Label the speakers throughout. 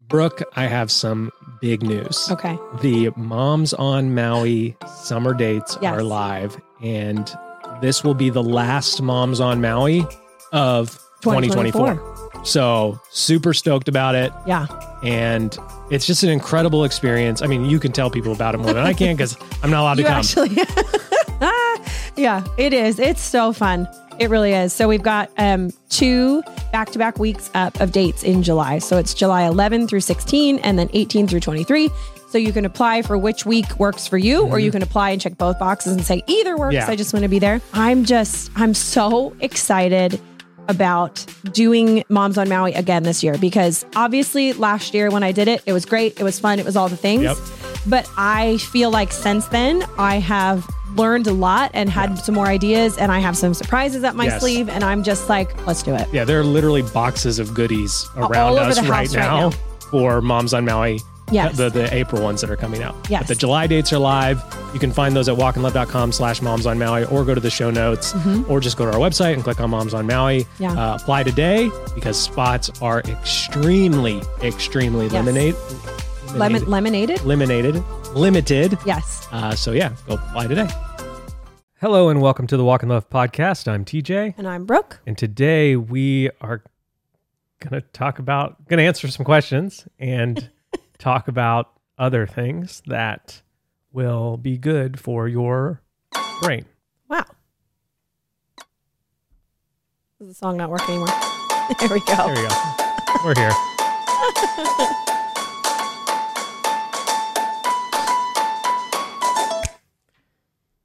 Speaker 1: Brooke, I have some big news.
Speaker 2: Okay.
Speaker 1: The Moms on Maui summer dates
Speaker 2: Yes.
Speaker 1: are live, and this will be the last Moms on Maui of 2024. So, super stoked about it.
Speaker 2: Yeah.
Speaker 1: And it's just an incredible experience. I mean, you can tell people about it more than I can because I'm not allowed to
Speaker 2: You
Speaker 1: come.
Speaker 2: actually. yeah, it is. It's so fun. It really is. So we've got um, two back-to-back weeks up of dates in July. So it's July 11 through 16 and then 18 through 23. So you can apply for which week works for you or you can apply and check both boxes and say either works.
Speaker 1: Mm-hmm. Yeah.
Speaker 2: I just want to be there. I'm just I'm so excited about doing Moms on Maui again this year because obviously last year when I did it, it was great, it was fun, it was all the things.
Speaker 1: Yep.
Speaker 2: But I feel like since then, I have learned a lot and had some more ideas, and I have some surprises up my
Speaker 1: Yes.
Speaker 2: sleeve. And I'm just like, let's do it.
Speaker 1: Yeah, there are literally boxes of goodies around
Speaker 2: over
Speaker 1: us
Speaker 2: the
Speaker 1: right
Speaker 2: house right
Speaker 1: now,
Speaker 2: now.
Speaker 1: for Moms on Maui.
Speaker 2: Yes.
Speaker 1: The, the April ones that are coming out.
Speaker 2: Yes.
Speaker 1: But the July dates are live. You can find those at walkandlove.com slash moms on Maui or go to the show notes or just go to our website and click on moms on Maui.
Speaker 2: Mm-hmm. Yeah.
Speaker 1: Uh, apply today because spots are extremely, extremely
Speaker 2: Yes.
Speaker 1: lemonade,
Speaker 2: Lemon, lemonaded?
Speaker 1: lemonaded, limited.
Speaker 2: Yes.
Speaker 1: Uh, so yeah, go apply today. Hello and welcome to the Walk and Love podcast. I'm TJ.
Speaker 2: And I'm Brooke.
Speaker 1: And today we are going to talk about, going to answer some questions and talk about other things that will be good for your brain.
Speaker 2: Wow. Does the song not work anymore? there we go.
Speaker 1: There we go. We're here.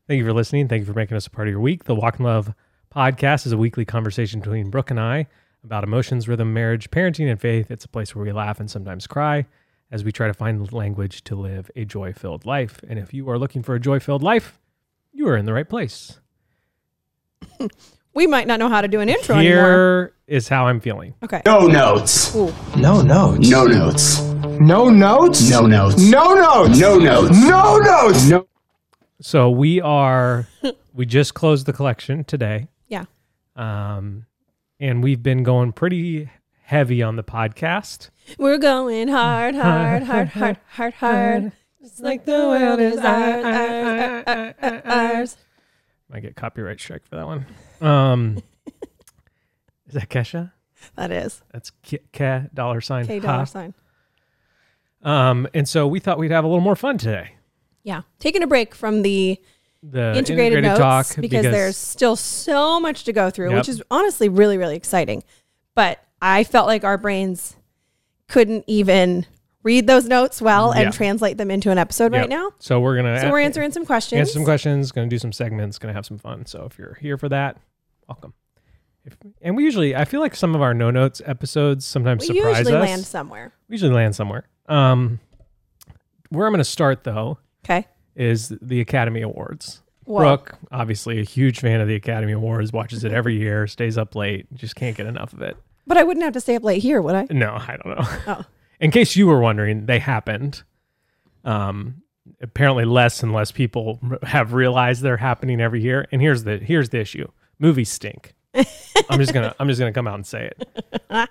Speaker 1: Thank you for listening. Thank you for making us a part of your week. The Walk in Love podcast is a weekly conversation between Brooke and I about emotions, rhythm, marriage, parenting, and faith. It's a place where we laugh and sometimes cry as we try to find language to live a joy filled life. And if you are looking for a joy filled life, you are in the right place.
Speaker 2: We might not know how to do an intro anymore.
Speaker 1: Here is how I'm feeling.
Speaker 2: Okay.
Speaker 3: No notes.
Speaker 2: Ooh.
Speaker 4: No notes.
Speaker 3: No notes.
Speaker 4: No notes.
Speaker 3: No notes.
Speaker 4: No notes.
Speaker 3: No notes.
Speaker 4: No notes. No.
Speaker 1: So we are we just closed the collection today.
Speaker 2: Yeah.
Speaker 1: Um and we've been going pretty heavy on the podcast.
Speaker 2: We're going hard, hard, hard, hard, hard, hard. Just like the world is ours, ours, ours, ours, ours.
Speaker 1: Might get copyright strike for that one. Um Is that Kesha?
Speaker 2: That is.
Speaker 1: That's K, K dollar sign.
Speaker 2: K
Speaker 1: ha.
Speaker 2: dollar sign.
Speaker 1: Um and so we thought we'd have a little more fun today.
Speaker 2: Yeah. Taking a break from the
Speaker 1: The
Speaker 2: integrated, notes
Speaker 1: Uh, talk
Speaker 2: because, there's still so much to go through,
Speaker 1: Yep.
Speaker 2: which is honestly really, really exciting. But I felt like our brains couldn't even read those notes well
Speaker 1: Yeah.
Speaker 2: and translate them into an episode
Speaker 1: yep.
Speaker 2: right now.
Speaker 1: So we're going to
Speaker 2: So we're answering some questions.
Speaker 1: answer some questions, going to do some segments, going to have some fun. So if you're here for that, welcome. If, and we usually, I feel like some of our no notes episodes sometimes
Speaker 2: We
Speaker 1: surprise
Speaker 2: usually
Speaker 1: us.
Speaker 2: land somewhere.
Speaker 1: we usually land somewhere. Um, where I'm going to start though
Speaker 2: Okay.
Speaker 1: is the Academy Awards.
Speaker 2: Whoa.
Speaker 1: Brooke, obviously a huge fan of the Academy Awards, watches it every year, stays up late, just can't get enough of it.
Speaker 2: But I wouldn't have to stay up late here, would I?
Speaker 1: No, I don't know.
Speaker 2: Oh.
Speaker 1: In case you were wondering, they happened. Um, apparently, less and less people r- have realized they're happening every year. And here's the here's the issue: movies stink. I'm just gonna I'm just gonna come out and say it.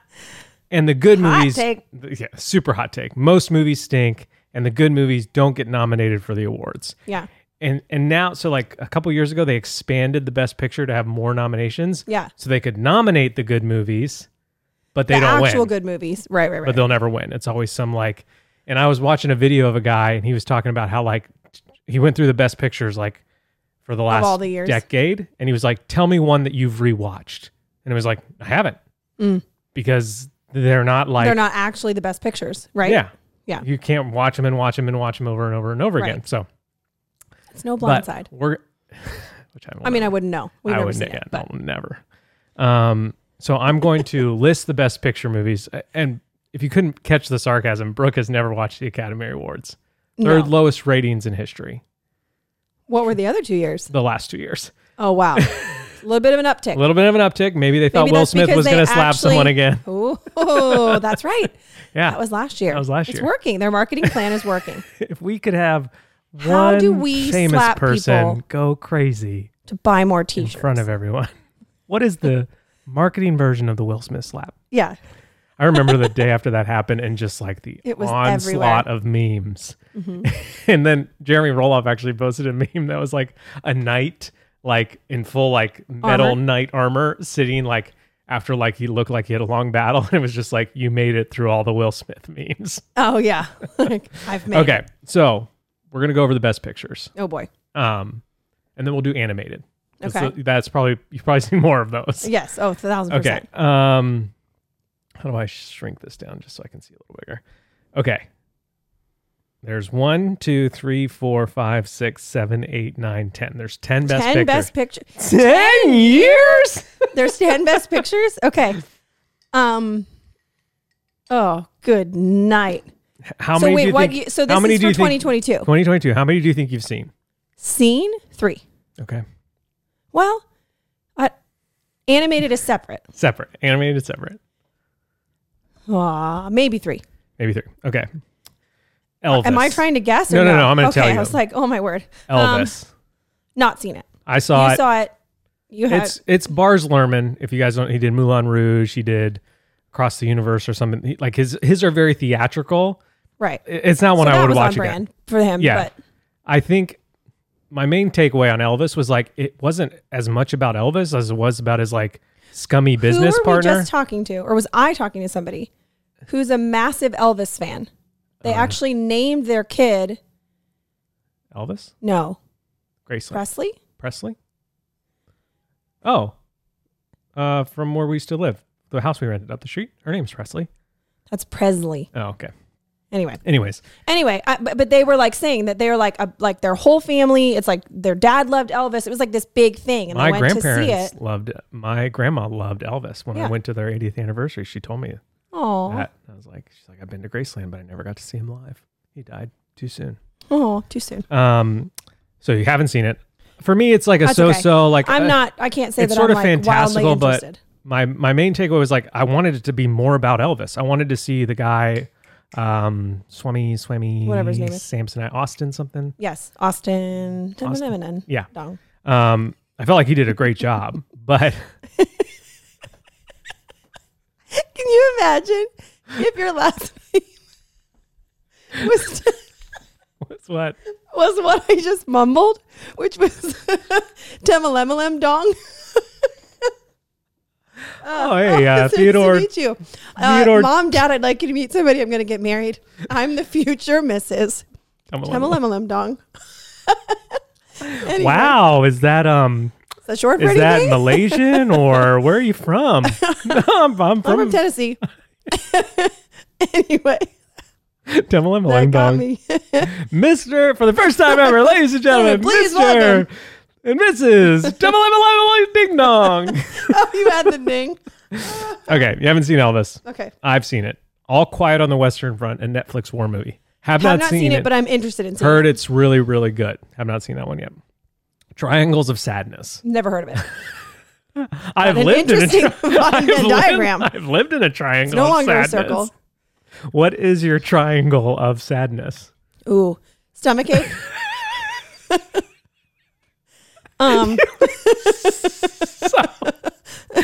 Speaker 1: And the good
Speaker 2: Hot
Speaker 1: movies,
Speaker 2: take.
Speaker 1: th- yeah, super hot take. Most movies stink, and the good movies don't get nominated for the awards.
Speaker 2: Yeah.
Speaker 1: And and now, so like a couple years ago, they expanded the Best Picture to have more nominations.
Speaker 2: Yeah.
Speaker 1: So they could nominate the good movies, but they
Speaker 2: the
Speaker 1: don't
Speaker 2: actual
Speaker 1: win
Speaker 2: good movies. Right, right,
Speaker 1: but
Speaker 2: right.
Speaker 1: they'll never win. It's always some like, and I was watching a video of a guy and he was talking about how like he went through the best pictures like for the last
Speaker 2: all the years.
Speaker 1: decade, and he was like, "Tell me one that you've rewatched," and it was like, "I haven't," because they're not like
Speaker 2: Mm. They're not actually the best pictures, right?
Speaker 1: yeah
Speaker 2: Yeah.
Speaker 1: you can't watch them and watch them and watch them over and over and over
Speaker 2: Right.
Speaker 1: again. So,
Speaker 2: It's no
Speaker 1: but
Speaker 2: blind side.
Speaker 1: we're which I,
Speaker 2: I mean, I wouldn't know. We've
Speaker 1: I
Speaker 2: never
Speaker 1: wouldn't
Speaker 2: seen
Speaker 1: yeah,
Speaker 2: it, but
Speaker 1: no, never. Um, so I'm going to list the best picture movies. A- And if you couldn't catch the sarcasm, Brooke has never watched the Academy Awards. Third
Speaker 2: No.
Speaker 1: lowest ratings in history
Speaker 2: what were the other two years?
Speaker 1: the last two years.
Speaker 2: Oh wow, a little bit of an uptick.
Speaker 1: A little bit of an uptick. Maybe they thought
Speaker 2: Maybe
Speaker 1: Will
Speaker 2: that's
Speaker 1: Smith
Speaker 2: because
Speaker 1: was
Speaker 2: they
Speaker 1: going to slap
Speaker 2: actually-
Speaker 1: someone again.
Speaker 2: Oh, that's right.
Speaker 1: Yeah.
Speaker 2: That was last year.
Speaker 1: That was last
Speaker 2: It's
Speaker 1: year.
Speaker 2: working. Their marketing plan is working.
Speaker 1: if we could have one
Speaker 2: How do we
Speaker 1: famous
Speaker 2: slap
Speaker 1: person
Speaker 2: people?
Speaker 1: go crazy
Speaker 2: to buy more
Speaker 1: in
Speaker 2: t-shirts.
Speaker 1: front of everyone, what is the marketing version of the Will Smith slap?
Speaker 2: yeah.
Speaker 1: I remember the day after that happened and just like the
Speaker 2: It was
Speaker 1: onslaught
Speaker 2: everywhere. Mm-hmm.
Speaker 1: of memes. and then Jeremy Roloff actually posted a meme that was like a knight, like in full like metal
Speaker 2: Armor.
Speaker 1: knight armor, sitting like after like he looked like he had a long battle. And it was just like, you made it through all the Will Smith memes.
Speaker 2: Oh yeah, like, I've made.
Speaker 1: Okay. So we're going to go over the best pictures.
Speaker 2: Oh boy.
Speaker 1: Um, and then we'll do animated. That's,
Speaker 2: Okay.
Speaker 1: that's probably, you've probably seen more of those.
Speaker 2: Yes. Oh, thousand
Speaker 1: Okay.
Speaker 2: percent.
Speaker 1: Um, how do I shrink this down just so I can see a little bigger? Okay. There's one, two, three, four, five, six, seven, eight, nine, ten. There's ten best
Speaker 2: ten
Speaker 1: pictures.
Speaker 2: best pictures.
Speaker 1: ten years.
Speaker 2: There's ten best pictures. Okay. Um. Oh, good night.
Speaker 1: How
Speaker 2: so
Speaker 1: many?
Speaker 2: wait,
Speaker 1: do you
Speaker 2: what?
Speaker 1: think,
Speaker 2: you, so this
Speaker 1: how many
Speaker 2: is
Speaker 1: do
Speaker 2: for
Speaker 1: you think?
Speaker 2: 2022.
Speaker 1: 2022. How many do you think you've seen?
Speaker 2: Scene three.
Speaker 1: Okay.
Speaker 2: Well, I, animated is separate.
Speaker 1: Separate. Animated. Separate.
Speaker 2: Aw, maybe three.
Speaker 1: Maybe three. Okay. Elvis.
Speaker 2: Am I trying to guess? Or
Speaker 1: No,
Speaker 2: no,
Speaker 1: no, no, I'm gonna
Speaker 2: okay,
Speaker 1: tell
Speaker 2: I
Speaker 1: you.
Speaker 2: was like, oh my word. Um,
Speaker 1: Elvis.
Speaker 2: not seen it.
Speaker 1: I saw
Speaker 2: you
Speaker 1: it.
Speaker 2: saw it. You had
Speaker 1: It's it's Bars Lerman. If you guys don't, he did Moulin Rouge. He did Across the Universe or something. He- like his his are very theatrical.
Speaker 2: right.
Speaker 1: I- It's not one
Speaker 2: so
Speaker 1: I
Speaker 2: that
Speaker 1: would
Speaker 2: was
Speaker 1: watch
Speaker 2: on
Speaker 1: again.
Speaker 2: brand for him.
Speaker 1: Yeah.
Speaker 2: But
Speaker 1: I think my main takeaway on Elvis was like it wasn't as much about Elvis as it was about his like scummy business
Speaker 2: Who were
Speaker 1: partner.
Speaker 2: we just talking to, or was I talking to somebody who's a massive Elvis fan? They
Speaker 1: Uh-huh.
Speaker 2: actually named their kid
Speaker 1: Elvis
Speaker 2: no
Speaker 1: Graceland
Speaker 2: Presley.
Speaker 1: Presley. Oh, uh, from where we used to live, the house we rented up the street. Her name's Presley.
Speaker 2: That's Presley.
Speaker 1: Oh, okay.
Speaker 2: Anyway,
Speaker 1: Anyways,
Speaker 2: anyway, I, but, but they were like saying that they were like a, like their whole family. It's like their dad loved Elvis. It was like this big thing, and
Speaker 1: my
Speaker 2: I went to see
Speaker 1: grandparents
Speaker 2: it.
Speaker 1: loved my grandma loved Elvis. When
Speaker 2: Yeah.
Speaker 1: I went to their 80th anniversary, she told me
Speaker 2: Oh,
Speaker 1: that. I was like, she's like, I've been to Graceland, but I never got to see him live. He died too soon.
Speaker 2: oh, too soon.
Speaker 1: Um, so you haven't seen it. For me, it's like a
Speaker 2: That's okay.
Speaker 1: so-so. Like
Speaker 2: I'm
Speaker 1: uh,
Speaker 2: not. I can't say
Speaker 1: it's
Speaker 2: that
Speaker 1: sort
Speaker 2: I'm
Speaker 1: of
Speaker 2: like wildly
Speaker 1: fantastical, but
Speaker 2: interested.
Speaker 1: my my main takeaway was like I wanted it to be more about Elvis. I wanted to see the guy, um, Swami Swami,
Speaker 2: Whatever his name is.
Speaker 1: Samson Austin something.
Speaker 2: Yes, Austin.
Speaker 1: Austin.
Speaker 2: Austin.
Speaker 1: Yeah.
Speaker 2: Dong.
Speaker 1: Um, I felt like he did a great job, but
Speaker 2: Can you imagine if your last name was
Speaker 1: what's what?
Speaker 2: was what I just mumbled, which was Temalemalem Dong?
Speaker 1: Oh hey, uh,
Speaker 2: It's nice to
Speaker 1: Theodore.
Speaker 2: meet you. Uh,
Speaker 1: Theodore-
Speaker 2: Mom, Dad, I'd like you to meet somebody. I'm going to get married. I'm the future Mrs.
Speaker 1: Tamalolo.
Speaker 2: Temalemalem Dong. anyway,
Speaker 1: Wow, is that um
Speaker 2: Is that short for
Speaker 1: is that
Speaker 2: anything?
Speaker 1: Malaysian or where are you from? no, I'm, I'm
Speaker 2: I'm from
Speaker 1: from
Speaker 2: Tennessee. anyway, that
Speaker 1: Tamalim
Speaker 2: got
Speaker 1: Dong.
Speaker 2: me. Oh,
Speaker 1: Mr. For the first time ever, ladies and gentlemen,
Speaker 2: Please welcome.
Speaker 1: Mr. and Mrs. Tamalim Ding Dong.
Speaker 2: oh, you had the ding.
Speaker 1: Okay, you haven't seen Elvis.
Speaker 2: Okay.
Speaker 1: I've seen it. All Quiet on the Western Front, a Netflix war movie. Have
Speaker 2: I've
Speaker 1: not, seen, it,
Speaker 2: but I'm interested in seeing it.
Speaker 1: heard it's really, really good. Have not seen that one yet. Triangles of Sadness.
Speaker 2: Never heard of it.
Speaker 1: I've
Speaker 2: an
Speaker 1: lived in a,
Speaker 2: interesting
Speaker 1: tri-
Speaker 2: Venn
Speaker 1: I've lived-
Speaker 2: diagram.
Speaker 1: I've lived in a triangle.
Speaker 2: No
Speaker 1: of
Speaker 2: longer a
Speaker 1: sadness.
Speaker 2: circle.
Speaker 1: What is your triangle of sadness?
Speaker 2: Ooh, stomach ache. um,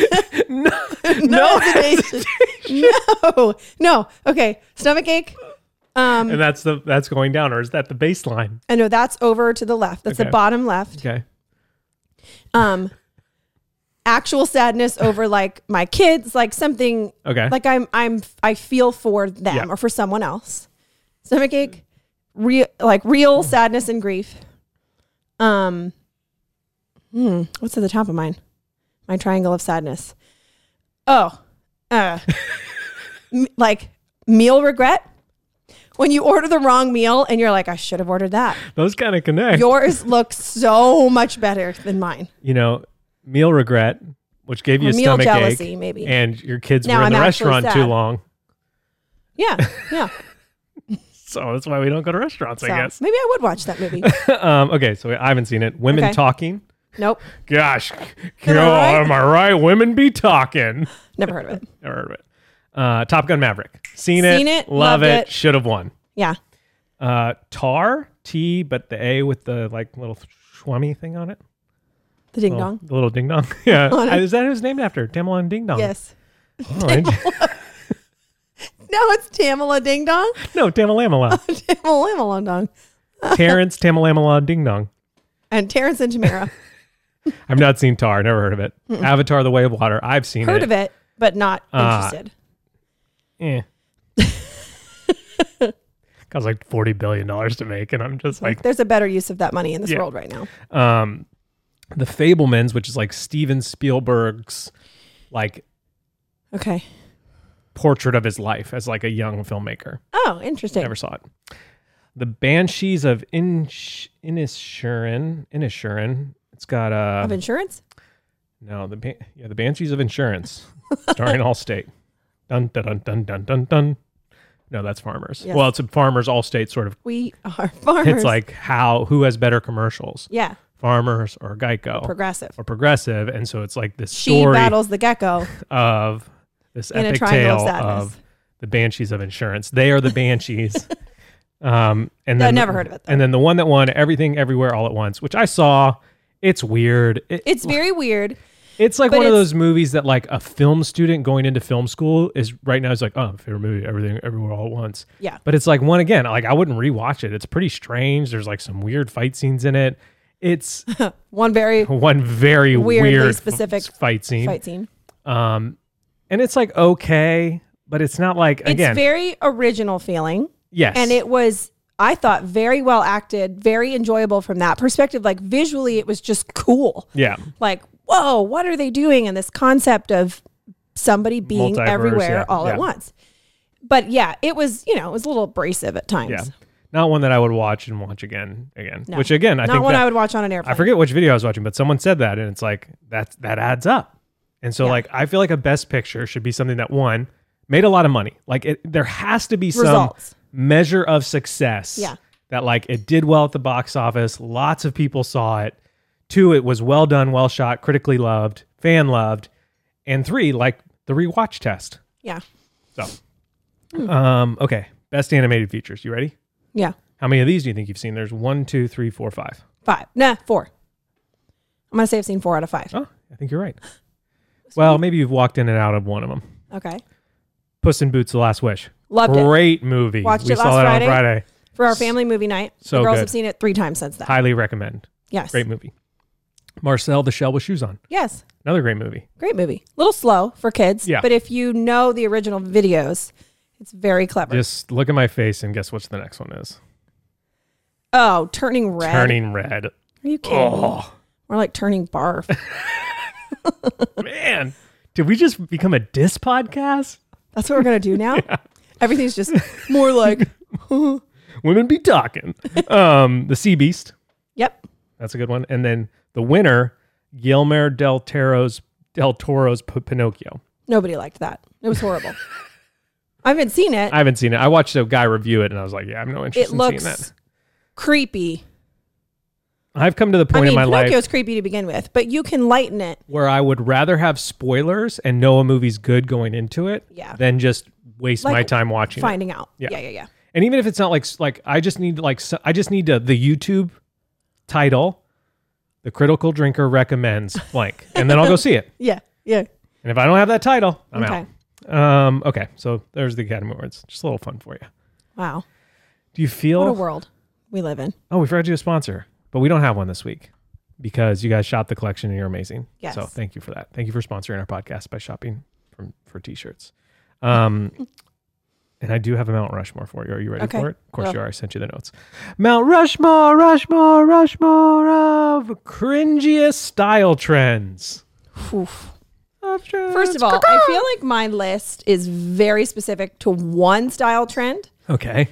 Speaker 2: no, hesitation. no, no. Okay, stomach ache. Um,
Speaker 1: And that's the that's going down, or is that the baseline?
Speaker 2: I know that's over to the left. That's the
Speaker 1: Okay.
Speaker 2: bottom left.
Speaker 1: Okay.
Speaker 2: Um, actual sadness over like my kids, like something
Speaker 1: Okay.
Speaker 2: like I'm I'm I feel for them
Speaker 1: Yeah.
Speaker 2: or for someone else. Stomach ache, real like
Speaker 1: Mm.
Speaker 2: real sadness and grief. Um, hmm, what's at the top of mine? My triangle of sadness. Oh, uh, m- like meal regret. When you order the wrong meal and you're like, I should have ordered that.
Speaker 1: Those kind of connect.
Speaker 2: Yours looks so much better than mine.
Speaker 1: you know, meal regret, which gave you
Speaker 2: Or
Speaker 1: a
Speaker 2: meal
Speaker 1: stomach
Speaker 2: jealousy,
Speaker 1: ache,
Speaker 2: maybe.
Speaker 1: and your kids
Speaker 2: Now
Speaker 1: were in
Speaker 2: I'm
Speaker 1: the
Speaker 2: actually
Speaker 1: restaurant too
Speaker 2: sad.
Speaker 1: long.
Speaker 2: Yeah, yeah.
Speaker 1: So that's why we don't go to restaurants,
Speaker 2: So
Speaker 1: I guess.
Speaker 2: maybe I would watch that movie.
Speaker 1: um, okay, so I haven't seen it. Women
Speaker 2: Okay.
Speaker 1: talking.
Speaker 2: nope,
Speaker 1: Gosh,
Speaker 2: I
Speaker 1: am
Speaker 2: right?
Speaker 1: am I right? Women be talking.
Speaker 2: never heard of it.
Speaker 1: Never heard of it. Uh, Top Gun Maverick. Seen,
Speaker 2: Seen it,
Speaker 1: Love
Speaker 2: loved
Speaker 1: it.
Speaker 2: it.
Speaker 1: Should have won.
Speaker 2: Yeah.
Speaker 1: Uh, tar. T, but the A with the like little swami thing on it.
Speaker 2: The ding
Speaker 1: Little-
Speaker 2: dong.
Speaker 1: The little Um, ding dong. yeah. Is that who's named after? Tamil and Ding Dong.
Speaker 2: Yes.
Speaker 1: All right.
Speaker 2: it's Tamala Ding Dong.
Speaker 1: No, Tamalamala.
Speaker 2: Tamala Lamalong Dong.
Speaker 1: Terrence Tamalamala Ding Dong.
Speaker 2: And Terrence and Tamara.
Speaker 1: I've not seen Tar. Never heard of it. Avatar: The Way of Water. I've seen
Speaker 2: Heard
Speaker 1: it.
Speaker 2: of it, but not
Speaker 1: Ah.
Speaker 2: interested.
Speaker 1: Eh. Cost like forty billion dollars to make, and I'm just like,
Speaker 2: There's a better use of that money in this
Speaker 1: Yeah.
Speaker 2: world right now.
Speaker 1: um, the Fablemans, which is like Steven Spielberg's like
Speaker 2: Okay.
Speaker 1: portrait of his life as like a young filmmaker.
Speaker 2: Oh, interesting.
Speaker 1: Never saw it. The Banshees of Inish- Inisherin. Inisherin. It's got uh,
Speaker 2: of insurance?
Speaker 1: No, the ban- yeah, the Banshees of Insurance, starring Allstate. Dun dun dun dun dun dun dun. No, that's Farmers.
Speaker 2: Yes.
Speaker 1: Well, it's a Farmers Allstate sort of.
Speaker 2: We are farmers.
Speaker 1: It's like how who has better commercials,
Speaker 2: yeah,
Speaker 1: Farmers or Geico
Speaker 2: progressive.
Speaker 1: or Progressive, and so it's like this
Speaker 2: She
Speaker 1: story
Speaker 2: battles the gecko
Speaker 1: of this
Speaker 2: in a
Speaker 1: epic
Speaker 2: triangle
Speaker 1: tale
Speaker 2: of sadness.
Speaker 1: of the Banshees of Insurance. They are the Banshees. um, and
Speaker 2: No,
Speaker 1: then
Speaker 2: I never heard of it, though.
Speaker 1: And then the one that won Everything Everywhere All at Once, which I saw. It's weird. It-
Speaker 2: it's very weird.
Speaker 1: It's like
Speaker 2: But
Speaker 1: one of
Speaker 2: it's-
Speaker 1: those movies that like a film student going into film school is right now is like, oh, favorite movie, everything, everywhere, all at once.
Speaker 2: Yeah.
Speaker 1: But it's like one again, like I wouldn't rewatch it. It's pretty strange. There's like some weird fight scenes in it. It's
Speaker 2: One very
Speaker 1: one very
Speaker 2: Weirdly
Speaker 1: weird f-
Speaker 2: specific
Speaker 1: fight scene.
Speaker 2: fight scene.
Speaker 1: Um, and it's like okay, but it's not like again,
Speaker 2: It's very original feeling.
Speaker 1: yes,
Speaker 2: And it was, I thought, very well acted, very enjoyable from that perspective. Like visually, it was just cool.
Speaker 1: yeah,
Speaker 2: Like, whoa, what are they doing? And this concept of somebody being
Speaker 1: Multiverse,
Speaker 2: everywhere
Speaker 1: yeah,
Speaker 2: all
Speaker 1: yeah.
Speaker 2: at once. But yeah, it was, you know, it was a little abrasive at times.
Speaker 1: yeah, not one that I would watch and watch again, again.
Speaker 2: No.
Speaker 1: Which again, I
Speaker 2: Not
Speaker 1: think
Speaker 2: one
Speaker 1: that,
Speaker 2: I would watch on an airplane.
Speaker 1: I forget which video I was watching, but someone said that, and it's like that that adds up. And so, like, I feel like a best picture should be something that one made a lot of money. Like, it, there has to be some
Speaker 2: Results.
Speaker 1: measure of success.
Speaker 2: Yeah.
Speaker 1: That like it did well at the box office. Lots of people saw it. Two, it was well done, well shot, critically loved, fan loved, and three, like the rewatch test.
Speaker 2: Yeah.
Speaker 1: So, um, okay, best animated features. You ready?
Speaker 2: Yeah.
Speaker 1: How many of these do you think you've seen? There's one, two, three, four, five.
Speaker 2: Five. Nah, four. I'm going to say I've seen four out of five.
Speaker 1: Oh, I think you're right. Well, maybe you've walked in and out of one of them.
Speaker 2: Okay.
Speaker 1: Puss in Boots: The Last Wish.
Speaker 2: Loved it.
Speaker 1: Oh. Great movie.
Speaker 2: Watched
Speaker 1: we
Speaker 2: it
Speaker 1: saw
Speaker 2: last
Speaker 1: that
Speaker 2: Friday.
Speaker 1: on Friday.
Speaker 2: For our family movie night.
Speaker 1: So
Speaker 2: the girls
Speaker 1: good.
Speaker 2: have seen it three times since that.
Speaker 1: Highly recommend.
Speaker 2: Yes.
Speaker 1: Great movie. Marcel the Shell with Shoes on.
Speaker 2: Yes.
Speaker 1: Another great movie.
Speaker 2: Great movie. A little slow for kids.
Speaker 1: Yeah.
Speaker 2: But if you know the original videos, it's very clever.
Speaker 1: Just look at my face and guess what's the next one is.
Speaker 2: oh, turning red.
Speaker 1: Turning red.
Speaker 2: Are you kidding?
Speaker 1: Oh
Speaker 2: Or like turning barf.
Speaker 1: man, did we just become a diss podcast?
Speaker 2: That's what we're gonna do now. Everything's just more like
Speaker 1: Women be talking. um, the Sea Beast.
Speaker 2: Yep.
Speaker 1: That's a good one. And then the winner, Guillermo del Toro's Del Toro's P- Pinocchio.
Speaker 2: Nobody liked that. It was horrible. I haven't seen it.
Speaker 1: I haven't seen it. I watched a guy review it and I was like, yeah, I have no interest
Speaker 2: it
Speaker 1: in
Speaker 2: looks
Speaker 1: seeing that.
Speaker 2: creepy.
Speaker 1: I've come to the point
Speaker 2: I mean
Speaker 1: in my life
Speaker 2: Pinocchio's creepy to begin with, but you can lighten it.
Speaker 1: where I would rather have spoilers and know a movie's good going into it
Speaker 2: Yeah.
Speaker 1: than just waste
Speaker 2: Like,
Speaker 1: my time watching it.
Speaker 2: Finding out.
Speaker 1: Yeah.
Speaker 2: yeah, yeah. yeah.
Speaker 1: And even if it's not like like I just need like so- I just need to, the YouTube title The Critical Drinker recommends blank and then I'll go see it.
Speaker 2: Yeah, yeah.
Speaker 1: And if I don't have that title, I'm
Speaker 2: Okay.
Speaker 1: out. Um okay, so there's the Academy Awards. Just a little fun for you.
Speaker 2: Wow.
Speaker 1: Do you feel
Speaker 2: What a world we live in.
Speaker 1: Oh, we forgot to do a sponsor, but we don't have one this week because you guys shop the collection and you're amazing.
Speaker 2: Yes.
Speaker 1: So thank you for that. Thank you for sponsoring our podcast by shopping from for t-shirts. Um, and I do have a Mount Rushmore for you. Are you ready
Speaker 2: Okay.
Speaker 1: for it? Of course
Speaker 2: Go.
Speaker 1: you are. I sent you the notes. Mount Rushmore, Rushmore, Rushmore of cringiest style trends.
Speaker 2: Oof.
Speaker 1: Of trends.
Speaker 2: First of all, I feel like my list is very specific to one style trend.
Speaker 1: okay.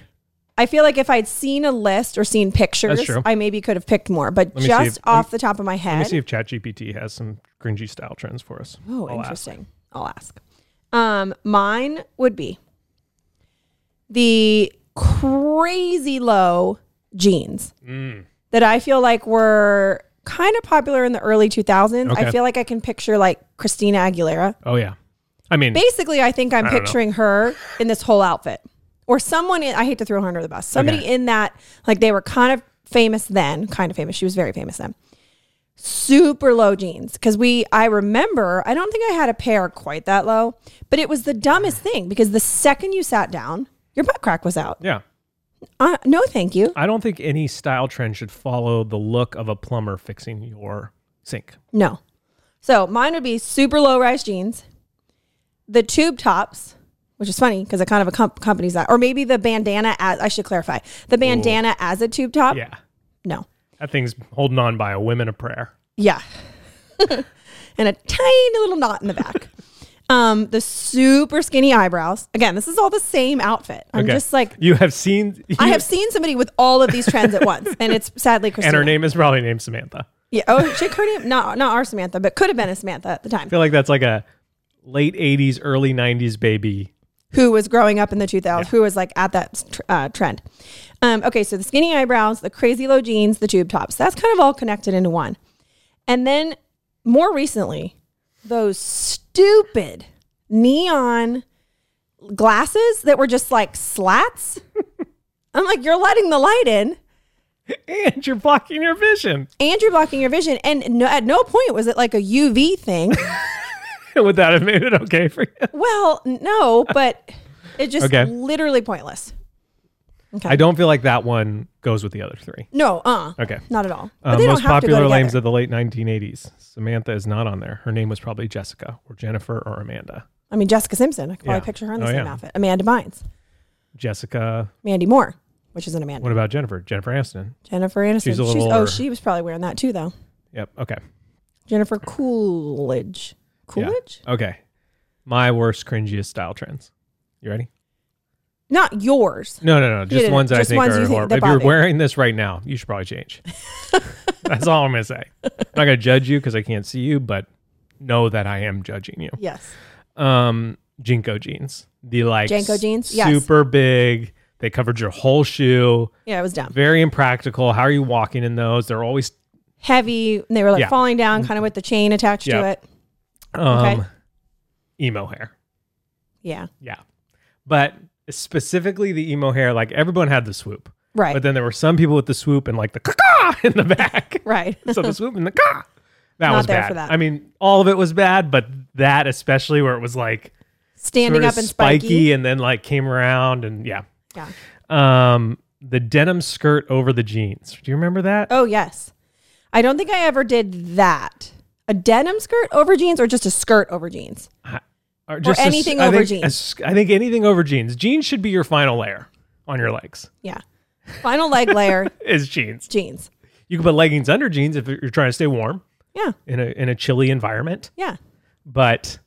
Speaker 2: I feel like if I'd seen a list or seen pictures,
Speaker 1: true.
Speaker 2: I maybe could have picked more. But
Speaker 1: me see if-
Speaker 2: just off the top of my
Speaker 1: Let me
Speaker 2: head,
Speaker 1: see if ChatGPT has some cringy style trends for us.
Speaker 2: oh,
Speaker 1: I'll ask.
Speaker 2: interesting. I'll ask. Um, mine would be the crazy low jeans
Speaker 1: Mm.
Speaker 2: that I feel like were kind of popular in the early 2000s.
Speaker 1: Okay.
Speaker 2: I feel like I can picture like Christina Aguilera.
Speaker 1: Oh yeah. I mean,
Speaker 2: basically i think i'm
Speaker 1: don't know.
Speaker 2: picturing her in this whole outfit or someone in, i hate to throw her under the bus somebody in that like they were kind of famous then kind of famous she was very famous then super low jeans because we i remember i don't think i had a pair quite that low but it was the dumbest thing because the second you sat down your butt crack was out
Speaker 1: Yeah.
Speaker 2: uh, no thank you
Speaker 1: I don't think any style trend should follow the look of a plumber fixing your sink.
Speaker 2: no so mine would be super low rise jeans the tube tops which is funny because it kind of accom- accompanies that or maybe the bandana as i should clarify the bandana as a tube top
Speaker 1: Yeah.
Speaker 2: no
Speaker 1: That thing's holding on by a women of prayer.
Speaker 2: Yeah. and a tiny little knot in the back. um, the super skinny eyebrows. Again, this is all the same outfit. I'm
Speaker 1: Okay.
Speaker 2: just like,
Speaker 1: you have seen.
Speaker 2: I have seen somebody with all of these trends at once. And it's sadly Christina.
Speaker 1: and her name is probably named Samantha.
Speaker 2: Yeah. Oh, she could have, not, not our Samantha, but could have been a Samantha at the time
Speaker 1: I feel like that's like a late '80s, early '90s baby.
Speaker 2: who was growing up in the 2000s, who was like at that tr- uh, trend. Um, okay. So the skinny eyebrows, the crazy low jeans, the tube tops. That's kind of all connected into one. And then more recently, those stupid neon glasses that were just like slats. I'm like, you're letting the light in
Speaker 1: And you're blocking your vision
Speaker 2: and you're blocking your vision. And no, at no point was it like a UV thing.
Speaker 1: would that have made it okay for you?
Speaker 2: well, no, but it just
Speaker 1: Okay.
Speaker 2: literally pointless.
Speaker 1: I don't feel like that one goes with the other three.
Speaker 2: No, uh,
Speaker 1: Okay.
Speaker 2: not at all. But
Speaker 1: Uh,
Speaker 2: they
Speaker 1: most
Speaker 2: don't have to
Speaker 1: popular
Speaker 2: go
Speaker 1: names
Speaker 2: together.
Speaker 1: of the late 1980s. Samantha is not on there. Her name was probably Jessica or Jennifer or Amanda.
Speaker 2: I mean, Jessica Simpson. I could probably
Speaker 1: Yeah.
Speaker 2: picture her in the
Speaker 1: Oh,
Speaker 2: same
Speaker 1: yeah.
Speaker 2: outfit. Amanda Bynes,
Speaker 1: Jessica.
Speaker 2: Mandy Moore, which is an Amanda.
Speaker 1: What about Jennifer? Jennifer Aniston.
Speaker 2: Jennifer Aniston.
Speaker 1: She's a little
Speaker 2: oh,
Speaker 1: older.
Speaker 2: she was probably wearing that too, though.
Speaker 1: Yep. Okay.
Speaker 2: Jennifer Coolidge.
Speaker 1: Yeah.
Speaker 2: Coolidge?
Speaker 1: Okay. My worst, cringiest style trends. You ready?
Speaker 2: Not yours.
Speaker 1: No, no, no. Just
Speaker 2: no, no,
Speaker 1: ones that
Speaker 2: just
Speaker 1: I think
Speaker 2: ones
Speaker 1: are
Speaker 2: you think
Speaker 1: horrible.
Speaker 2: that
Speaker 1: If you're
Speaker 2: bother you.
Speaker 1: wearing this right now, you should probably change. That's all I'm going to say. I'm not going to judge you because I can't see you, but know that I am judging you.
Speaker 2: Yes.
Speaker 1: um Jinko jeans. The like
Speaker 2: Janko
Speaker 1: s-
Speaker 2: jeans? Yes.
Speaker 1: super big. They covered your whole shoe.
Speaker 2: Yeah, it was dumb.
Speaker 1: Very impractical. How are you walking in those? They're always
Speaker 2: Heavy. and They were like
Speaker 1: Yeah.
Speaker 2: falling down, kind of with the chain attached to
Speaker 1: Yeah.
Speaker 2: it.
Speaker 1: um
Speaker 2: Okay.
Speaker 1: emo hair.
Speaker 2: Yeah.
Speaker 1: Yeah. But specifically the emo hair, like everyone had the swoop.
Speaker 2: Right.
Speaker 1: But then there were some people with the swoop and like the ka in the back.
Speaker 2: right.
Speaker 1: so the swoop and the ka. That
Speaker 2: Not
Speaker 1: was
Speaker 2: there
Speaker 1: bad.
Speaker 2: for that.
Speaker 1: I mean, all of it was bad, but that especially where it was like
Speaker 2: Standing
Speaker 1: sort of uh,
Speaker 2: up and spiky.
Speaker 1: and then like came around and yeah.
Speaker 2: Yeah.
Speaker 1: um the denim skirt over the jeans. Do you remember that?
Speaker 2: Oh, yes. I don't think I ever did that. A denim skirt over jeans or just a skirt over jeans?
Speaker 1: or a s-
Speaker 2: anything
Speaker 1: I
Speaker 2: over
Speaker 1: think
Speaker 2: jeans.
Speaker 1: a s- I think anything over jeans. Jeans should be your final layer on your legs.
Speaker 2: Yeah. Final leg layer,
Speaker 1: Is jeans.
Speaker 2: jeans.
Speaker 1: You can put leggings under jeans if you're trying to stay warm
Speaker 2: Yeah.
Speaker 1: in a in a chilly environment.
Speaker 2: Yeah.
Speaker 1: But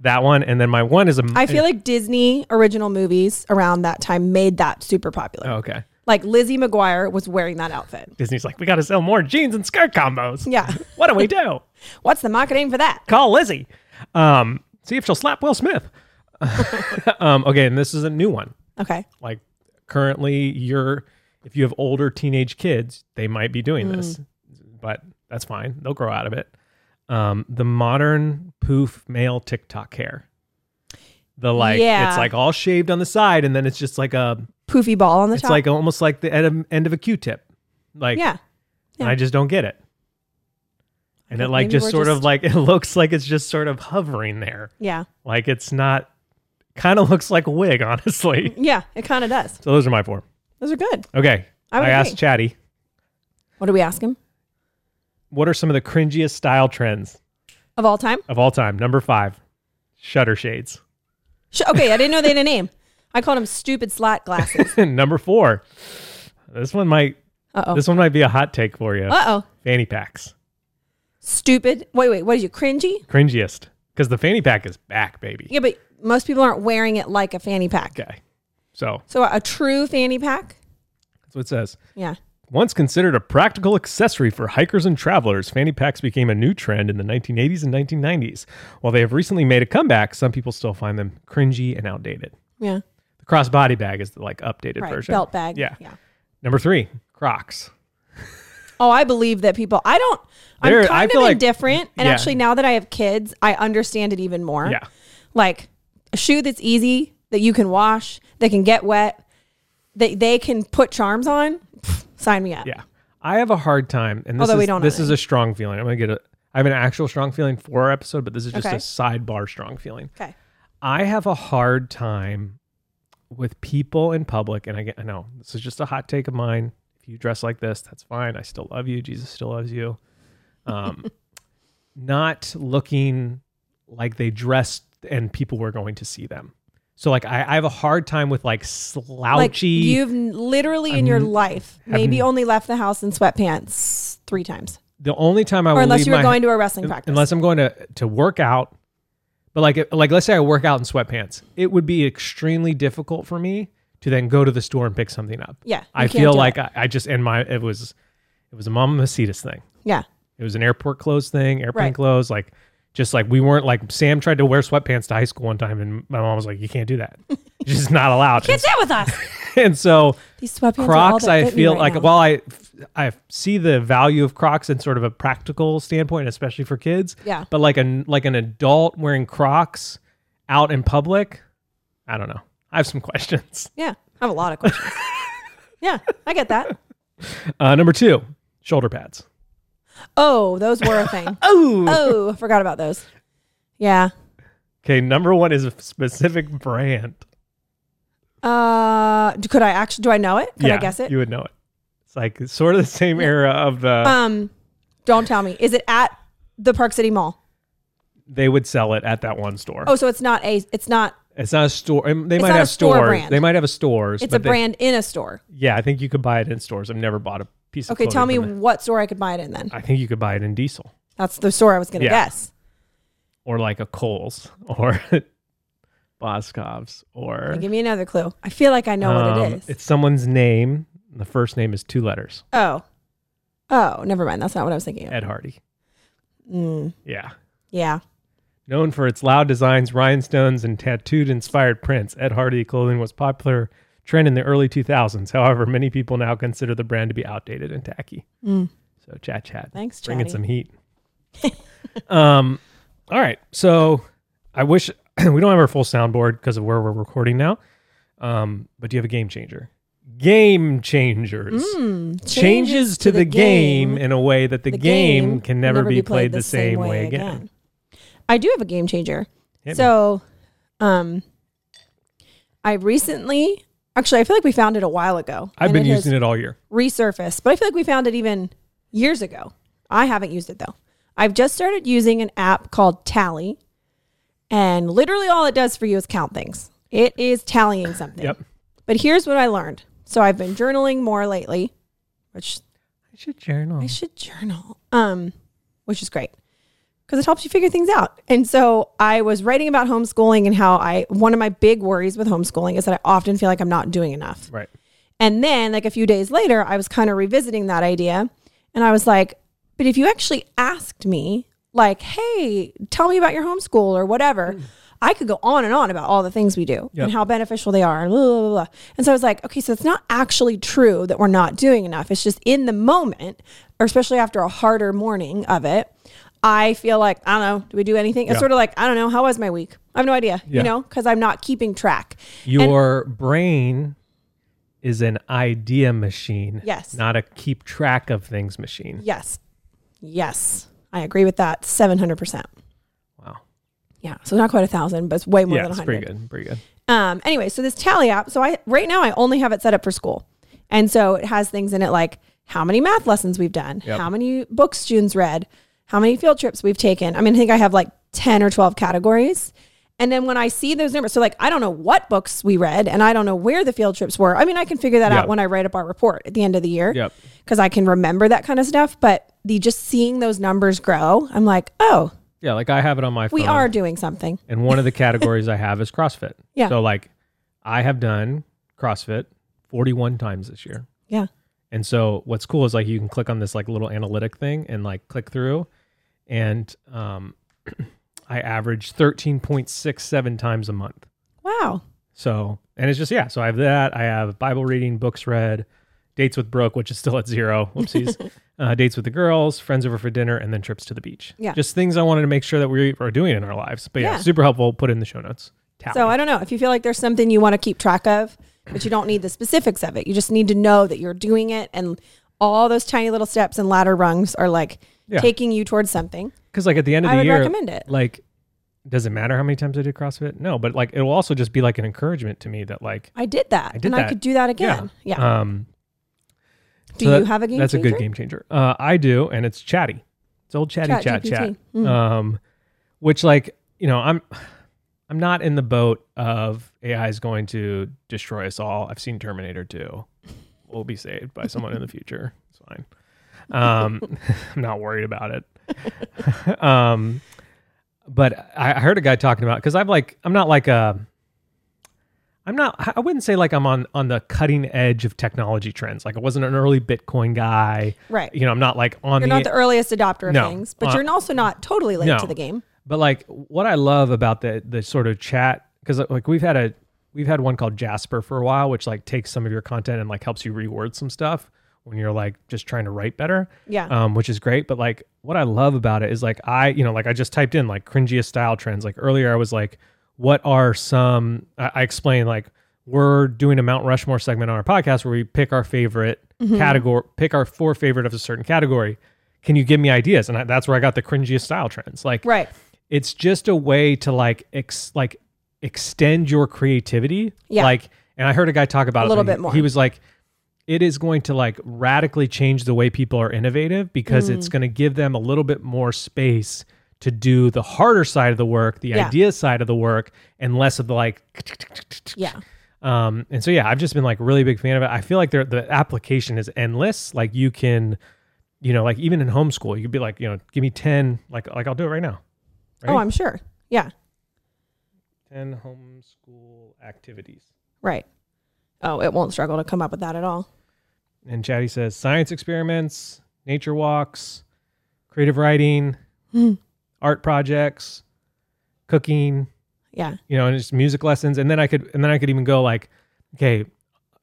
Speaker 1: that one and then my one is a
Speaker 2: I feel like Disney original movies around that time made that super popular.
Speaker 1: oh, okay.
Speaker 2: Like Lizzie McGuire was wearing that outfit.
Speaker 1: Disney's like we got to sell more jeans and skirt combos.
Speaker 2: Yeah.
Speaker 1: What do we do?
Speaker 2: What's the marketing for that?
Speaker 1: Call Lizzie. Um see if she'll slap Will Smith. um okay, and this is a new one.
Speaker 2: Okay.
Speaker 1: like currently you're if you have older teenage kids they might be doing this
Speaker 2: Hmm.
Speaker 1: but that's fine they'll grow out of it um the modern poof male tiktok hair the like
Speaker 2: Yeah.
Speaker 1: it's like all shaved on the side and then it's just like a
Speaker 2: Poofy ball on the
Speaker 1: it's
Speaker 2: top.
Speaker 1: like almost like the end of, end of a q-tip like
Speaker 2: yeah.
Speaker 1: and i just don't get it and it
Speaker 2: think
Speaker 1: like
Speaker 2: maybe
Speaker 1: just
Speaker 2: we're
Speaker 1: sort of
Speaker 2: just-
Speaker 1: like it looks like it's just sort of hovering there
Speaker 2: Yeah.
Speaker 1: like it's not kind of looks like a wig honestly
Speaker 2: Yeah. It kind of does.
Speaker 1: so those are my four
Speaker 2: Those are good.
Speaker 1: Okay.
Speaker 2: I
Speaker 1: I,
Speaker 2: would agree.
Speaker 1: asked Chatty,
Speaker 2: What do we ask him?
Speaker 1: what are some of the cringiest style trends
Speaker 2: Of all time?
Speaker 1: of all time? Number five, shutter shades.
Speaker 2: Sh- okay. I didn't know they had a name. I called him stupid slat glasses.
Speaker 1: Number four, this one might
Speaker 2: Uh oh.
Speaker 1: this one might be a hot take for you.
Speaker 2: Uh oh.
Speaker 1: fanny packs,
Speaker 2: Stupid. Wait, wait. What is you? Cringy?
Speaker 1: cringiest, because the fanny pack is back, baby.
Speaker 2: Yeah, but most people aren't wearing it like a fanny pack.
Speaker 1: Okay, so
Speaker 2: So a true fanny pack?
Speaker 1: that's what it says.
Speaker 2: Yeah.
Speaker 1: Once considered a practical accessory for hikers and travelers, fanny packs became a new trend in the 1980s and 1990s. While they have recently made a comeback, some people still find them cringy and outdated.
Speaker 2: Yeah.
Speaker 1: The crossbody bag is the like updated
Speaker 2: Right.
Speaker 1: version.
Speaker 2: Belt bag.
Speaker 1: Yeah.
Speaker 2: Yeah.
Speaker 1: Number three, Crocs.
Speaker 2: Oh, I believe that people. I don't. I'm
Speaker 1: There- I
Speaker 2: kind
Speaker 1: feel
Speaker 2: of
Speaker 1: like-
Speaker 2: indifferent, and
Speaker 1: yeah.
Speaker 2: actually, now that I have kids, I understand it even more.
Speaker 1: Yeah.
Speaker 2: like a shoe that's easy that you can wash, that can get wet, that they can put charms on. Sign me up.
Speaker 1: Yeah. I have a hard time, and this
Speaker 2: Although
Speaker 1: is,
Speaker 2: we don't
Speaker 1: this
Speaker 2: own
Speaker 1: is a strong feeling. I'm gonna get a. I have an actual strong feeling for our episode, but this is just
Speaker 2: Okay.
Speaker 1: a sidebar strong feeling.
Speaker 2: Okay.
Speaker 1: I have a hard time with people in public, and I get. I know this is just a hot take of mine. If you dress like this, that's fine. I still love you. Jesus still loves you. Um, not looking like they dressed and people were going to see them. So like I, I have a hard time with like slouchy.
Speaker 2: Like you've n- literally in your
Speaker 1: I'm-
Speaker 2: life maybe
Speaker 1: I'm-
Speaker 2: only left the house in sweatpants three times,
Speaker 1: the only time I
Speaker 2: or
Speaker 1: will Oh,
Speaker 2: unless
Speaker 1: leave
Speaker 2: you were
Speaker 1: my-
Speaker 2: going to a wrestling practice.
Speaker 1: unless I'm going to to work out. But like if- like let's say I work out in sweatpants, it would be extremely difficult for me to then go to the store and pick something up.
Speaker 2: yeah, you
Speaker 1: I
Speaker 2: can't
Speaker 1: feel
Speaker 2: do
Speaker 1: like
Speaker 2: it.
Speaker 1: I, I just in my it was it was a Mama Macedas thing.
Speaker 2: yeah,
Speaker 1: It was an airport clothes thing, airplane
Speaker 2: Right.
Speaker 1: clothes, like just like we weren't like Sam tried to wear sweatpants to high school one time and my mom was like, You can't do that. It's just not allowed.
Speaker 2: get that with us.
Speaker 1: and so
Speaker 2: These sweatpants.
Speaker 1: Crocs,
Speaker 2: are all that
Speaker 1: I
Speaker 2: fit me
Speaker 1: feel
Speaker 2: right
Speaker 1: like
Speaker 2: now.
Speaker 1: while I I see the value of Crocs in sort of a practical standpoint, especially for kids.
Speaker 2: Yeah.
Speaker 1: But like an like an adult wearing Crocs out in public, I don't know. I have some questions.
Speaker 2: yeah, I have a lot of questions. yeah, I get that.
Speaker 1: Uh, number two, shoulder pads.
Speaker 2: Oh, those were a thing.
Speaker 1: Oh.
Speaker 2: oh, I forgot about those. Yeah.
Speaker 1: Okay. Number one is a specific brand.
Speaker 2: Uh, d- could I actually? Do I know it? Could I
Speaker 1: Yeah,
Speaker 2: guess it?
Speaker 1: You uh, would know it. It's like sort of the same era of the.
Speaker 2: um, don't tell me. Is it at the Park City Mall?
Speaker 1: they would sell it at that one store.
Speaker 2: Oh, so it's not a. It's not.
Speaker 1: it's not a store. um, They might
Speaker 2: not a
Speaker 1: have
Speaker 2: store
Speaker 1: stores.
Speaker 2: brand.
Speaker 1: They might have a stores.
Speaker 2: It's
Speaker 1: but
Speaker 2: a
Speaker 1: they-
Speaker 2: brand in a store.
Speaker 1: Yeah, I think you could buy it in stores. I've never bought a piece of
Speaker 2: Okay, tell me
Speaker 1: clothing from there.
Speaker 2: what store I could buy it in then.
Speaker 1: I think you could buy it in Diesel
Speaker 2: That's the store I was going to
Speaker 1: Yeah.
Speaker 2: guess.
Speaker 1: or like a Kohl's or Boscov's or.
Speaker 2: Give me another clue. I feel like I know what
Speaker 1: um,
Speaker 2: it is.
Speaker 1: It's someone's name. and The first name is two letters.
Speaker 2: oh. Oh, never mind. That's not what I was thinking of.
Speaker 1: Ed Hardy.
Speaker 2: Mm,
Speaker 1: Yeah.
Speaker 2: yeah.
Speaker 1: Known for its loud designs, rhinestones, and tattooed inspired prints, Ed Hardy clothing was a popular trend in the early 2000s. However, many people now consider the brand to be outdated and tacky. So, chat, chat.
Speaker 2: Thanks,
Speaker 1: Bringing
Speaker 2: Chatty.
Speaker 1: some heat. um, all right. So, I wish we don't have our full soundboard because of where we're recording now. Um, but do you have a game changer? Game changers. Mm, Changes, to, the, game, in a way that the, game, can never, be played, the same way, again.
Speaker 2: I do have a game changer.
Speaker 1: Hit me.
Speaker 2: so, um, I recently, actually, I feel like we found it a while ago.
Speaker 1: I've
Speaker 2: and
Speaker 1: been
Speaker 2: it has
Speaker 1: using it all year.
Speaker 2: Resurfaced, but I feel like we found it even years ago. I haven't used it though. I've just started using an app called Tally, and literally all it does for you is count things. It is tallying something.
Speaker 1: Yep.
Speaker 2: But here's what I learned. So I've been journaling more lately, which
Speaker 1: I should journal.
Speaker 2: I should journal. Um, which is great because it helps you figure things out. And so I was writing about homeschooling and how I one of my big worries with homeschooling is that I often feel like I'm not doing enough.
Speaker 1: right.
Speaker 2: And then like a few days later, I was kind of revisiting that idea and I was like, but if you actually asked me like, "Hey, tell me about your homeschool or whatever," I could go on and on about all the things we do
Speaker 1: Yep.
Speaker 2: and how beneficial they are, and blah, blah, blah, blah. And so I was like, okay, so it's not actually true that we're not doing enough. It's just in the moment, or especially after a harder morning of it, I feel like, I don't know, do we do anything? It's
Speaker 1: Yeah.
Speaker 2: sort of like, I don't know, how was my week? I have no idea,
Speaker 1: Yeah.
Speaker 2: you know, because I'm not keeping track.
Speaker 1: Your brain is an idea machine.
Speaker 2: Yes.
Speaker 1: Not a keep track of things machine.
Speaker 2: Yes. Yes. I agree with that 700%.
Speaker 1: Wow.
Speaker 2: Yeah. So not quite a thousand, but it's way more
Speaker 1: yeah,
Speaker 2: than a
Speaker 1: it's
Speaker 2: 100.
Speaker 1: pretty good. Pretty good.
Speaker 2: Um, anyway, so this tally app, so I right now I only have it set up for school. And so it has things in it like how many math lessons we've done,
Speaker 1: Yep.
Speaker 2: how many books students read, how many field trips we've taken. I mean, I think I have like 10 or 12 categories. And then when I see those numbers, so like I don't know what books we read and I don't know where the field trips were. I mean, I can figure that
Speaker 1: Yep.
Speaker 2: out when I write up our report at the end of the year
Speaker 1: Yep.
Speaker 2: because I can remember that kind of stuff. But the just seeing those numbers grow, I'm like, oh,
Speaker 1: Yeah, like I have it on my phone.
Speaker 2: we are doing something.
Speaker 1: And one of the categories I have is CrossFit.
Speaker 2: Yeah.
Speaker 1: So like I have done CrossFit 41 times this year.
Speaker 2: Yeah.
Speaker 1: And so what's cool is like you can click on this like little analytic thing and like click through and um I average 13.67 times a month.
Speaker 2: Wow.
Speaker 1: So, and it's just, yeah. So I have that. I have Bible reading, books read, dates with Brooke, which is still at zero. Whoopsies. uh, dates with the girls, friends over for dinner, and then trips to the beach.
Speaker 2: Yeah.
Speaker 1: Just things I wanted to make sure that we are doing in our lives. But yeah,
Speaker 2: Yeah.
Speaker 1: super helpful. Put in the show notes. Tally.
Speaker 2: So I don't know if you feel like there's something you want to keep track of, but you don't need the specifics of it. You just need to know that you're doing it and all those tiny little steps and ladder rungs are like
Speaker 1: Yeah.
Speaker 2: taking you towards something.
Speaker 1: Because like at the end of
Speaker 2: I
Speaker 1: the
Speaker 2: would
Speaker 1: year,
Speaker 2: recommend it.
Speaker 1: like, does it matter how many times I did CrossFit? No, but like it'll also just be like an encouragement to me that like,
Speaker 2: I did that,
Speaker 1: I did
Speaker 2: and
Speaker 1: that.
Speaker 2: I could do that again. Yeah.
Speaker 1: um,
Speaker 2: do
Speaker 1: so that-
Speaker 2: you have a game?
Speaker 1: That's a good
Speaker 2: changer?
Speaker 1: game changer. Uh, I do, and it's chatty. It's old chatty chat
Speaker 2: ChatGPT.
Speaker 1: chat.
Speaker 2: Mm.
Speaker 1: Um, which like you know I'm. I'm not in the boat of AI is going to destroy us all. I've seen Terminator 2. We'll be saved by someone in the future. It's fine. Um, I'm not worried about it. um, but I I heard a guy talking about because I'm like I'm not like a I'm not I wouldn't say like I'm on on the cutting edge of technology trends. Like I wasn't an early Bitcoin guy.
Speaker 2: Right.
Speaker 1: You know, I'm not like on
Speaker 2: You're
Speaker 1: the,
Speaker 2: not the earliest adopter of
Speaker 1: No.
Speaker 2: things, but
Speaker 1: Uh,
Speaker 2: you're also not totally late
Speaker 1: no.
Speaker 2: to the game.
Speaker 1: but like what I love about the the sort of chat because like we've had a we've had one called Jasper for a while, which like takes some of your content and like helps you reword some stuff when you're like just trying to write better.
Speaker 2: Yeah.
Speaker 1: Um, which is great. But like what I love about it is like I, you know, like I just typed in like cringiest style trends. Like earlier I was like, what are some I, I explained like we're doing a Mount Rushmore segment on our podcast where we pick our favorite category, pick our four favorite of a certain category. Can you give me ideas? And I, that's where I got the cringiest style trends. Like,
Speaker 2: Right.
Speaker 1: it's just a way to like ex like extend your creativity.
Speaker 2: Yeah.
Speaker 1: Like, and I heard a guy talk about
Speaker 2: A
Speaker 1: it
Speaker 2: little
Speaker 1: and
Speaker 2: bit more.
Speaker 1: He was like, it is going to like radically change the way people are innovative because
Speaker 2: Mm.
Speaker 1: it's going to give them a little bit more space to do the harder side of the work, the
Speaker 2: Yeah.
Speaker 1: idea side of the work, and less of the like.
Speaker 2: Yeah.
Speaker 1: Um, and so yeah, I've just been like really big fan of it. I feel like there- the application is endless. Like you can, you know, like even in homeschool, you could be like, you know, give me ten, like like I'll do it right now.
Speaker 2: Oh,
Speaker 1: Right.
Speaker 2: I'm sure. Yeah.
Speaker 1: 10 homeschool activities.
Speaker 2: Right. Oh, it won't struggle to come up with that at all.
Speaker 1: And Chatty says science experiments, nature walks, creative writing, art projects, cooking,
Speaker 2: Yeah.
Speaker 1: you know, and just music lessons. And then I could, and then I could even go like, okay,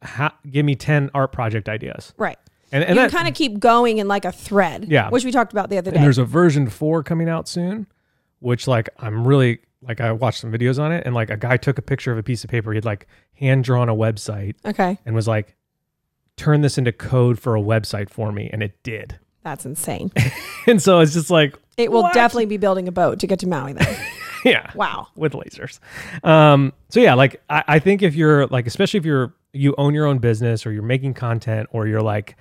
Speaker 1: ha- give me 10 art project ideas.
Speaker 2: Right.
Speaker 1: And, and
Speaker 2: you
Speaker 1: that,
Speaker 2: kind of keep going in like a thread.
Speaker 1: Yeah.
Speaker 2: Which we talked about the other
Speaker 1: and
Speaker 2: day.
Speaker 1: there's a version four coming out soon, which like I'm really like I watched some videos on it, and like a guy took a picture of a piece of paper. He had like hand drawn a website
Speaker 2: Okay.
Speaker 1: and was like, turn this into code for a website for me, and it did.
Speaker 2: That's insane.
Speaker 1: And so it's just like,
Speaker 2: It will
Speaker 1: What?
Speaker 2: definitely be building a boat to get to Maui then.
Speaker 1: yeah,
Speaker 2: Wow.
Speaker 1: with lasers. Um, so yeah, like I, I think if you're like, especially if you're you own your own business or you're making content or you're like,